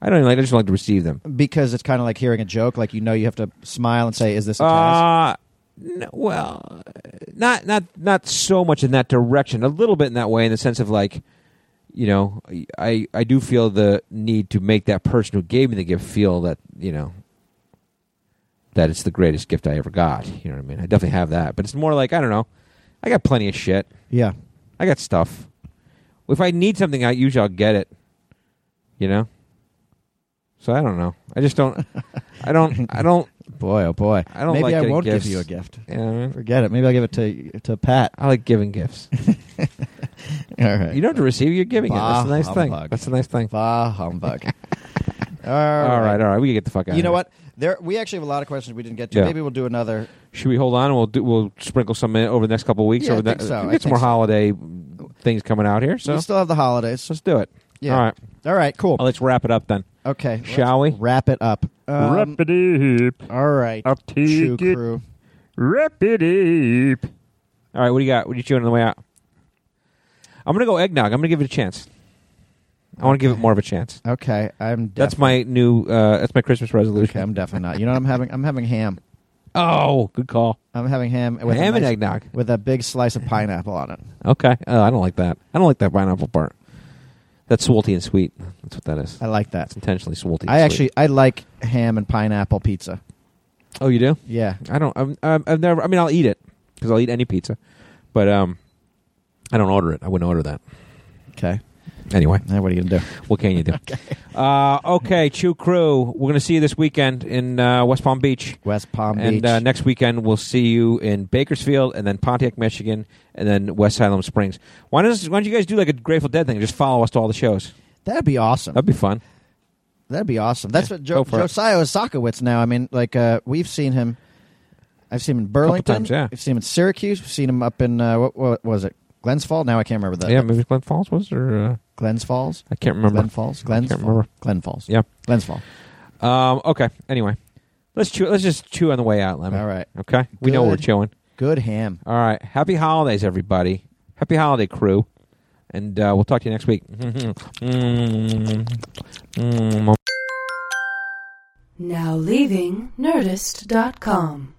I don't even like. I just like to receive them. because it's kind of like hearing a joke. Like you know, you have to smile and say, "Is this a test?" Uh, n- well, not not not so much in that direction. A little bit in that way, in the sense of like, you know, I I do feel the need to make that person who gave me the gift feel that you know that it's the greatest gift I ever got. You know what I mean? I definitely have that, but it's more like I don't know. I got plenty of shit. yeah, I got stuff. If I need something, I usually I'll get it. You know. So I don't know. I just don't. I don't. I don't. Boy, oh boy. I don't Maybe like I getting won't gifts. give you a gift. You know what I mean? Forget it. Maybe I'll give it to to Pat. I like giving gifts. All right. You don't have to receive. You're giving it. That's a nice Bah, thing. humbug. That's a nice thing. Bah humbug. All right. All right. We can get the fuck out. You know what? There, we actually have a lot of questions we didn't get to. Yeah. Maybe we'll do another. Should we hold on? and We'll do, we'll sprinkle some in over the next couple of weeks. Yeah, I over the, think so. we I get some think more so. holiday things coming out here. So we still have the holidays. let's do it. yeah. All right. All right, cool. Well, let's wrap it up then. Okay, let's Shall we? wrap it up? Um, Wrap it up. all right, Up to Chew get- crew. Wrap it up. All right. What do you got? What are you chewing on the way out? I'm gonna go eggnog. I'm gonna give it a chance. I want to give it more of a chance. Okay, I'm. Def- That's my new. Uh, that's my Christmas resolution. Okay, I'm definitely not. You know what I'm having? I'm having ham. Oh, good call. I'm having ham with Ham a and nice- eggnog. with a big slice of pineapple on it. Okay. Oh, I don't like that. I don't like that pineapple part. That's salty and sweet. That's what that is. I like that. It's intentionally salty. and I sweet. actually I like ham and pineapple pizza. Oh, you do? Yeah, I don't. I'm, I'm, I've never. I mean, I'll eat it because I'll eat any pizza, but um, I don't order it. I wouldn't order that okay. anyway. Now what are you gonna do? What can you do? okay. Uh, okay, Chew Crew. We're gonna see you this weekend in uh, West Palm Beach. West Palm and Beach. Uh, next weekend we'll see you in Bakersfield, and then Pontiac, Michigan, and then West Salem Springs. Why does Why don't you guys do like a Grateful Dead thing? Just follow us to all the shows. That'd be awesome. That'd be fun. That'd be awesome. That's Yeah, what jo- go for it. Josiah Osakowitz now. I mean, like uh, we've seen him. I've seen him in Burlington. times, yeah. I've seen him in Syracuse. We've seen him up in uh, what, what was it? Glens Falls. Now I can't remember that. yeah, maybe Glen Falls was or uh, Glens Falls. I can't remember. Glen Falls. Glens can't Falls. remember. Glen Falls. Yeah. Glens Falls. Um, okay. Anyway, let's chew. Let's just chew on the way out, Lemon. All right. Okay. We know what we're Good. chewing. Good ham. All right. Happy holidays, everybody. Happy holiday, crew. And uh, we'll talk to you next week. Mm-hmm. Now leaving Nerdist.com.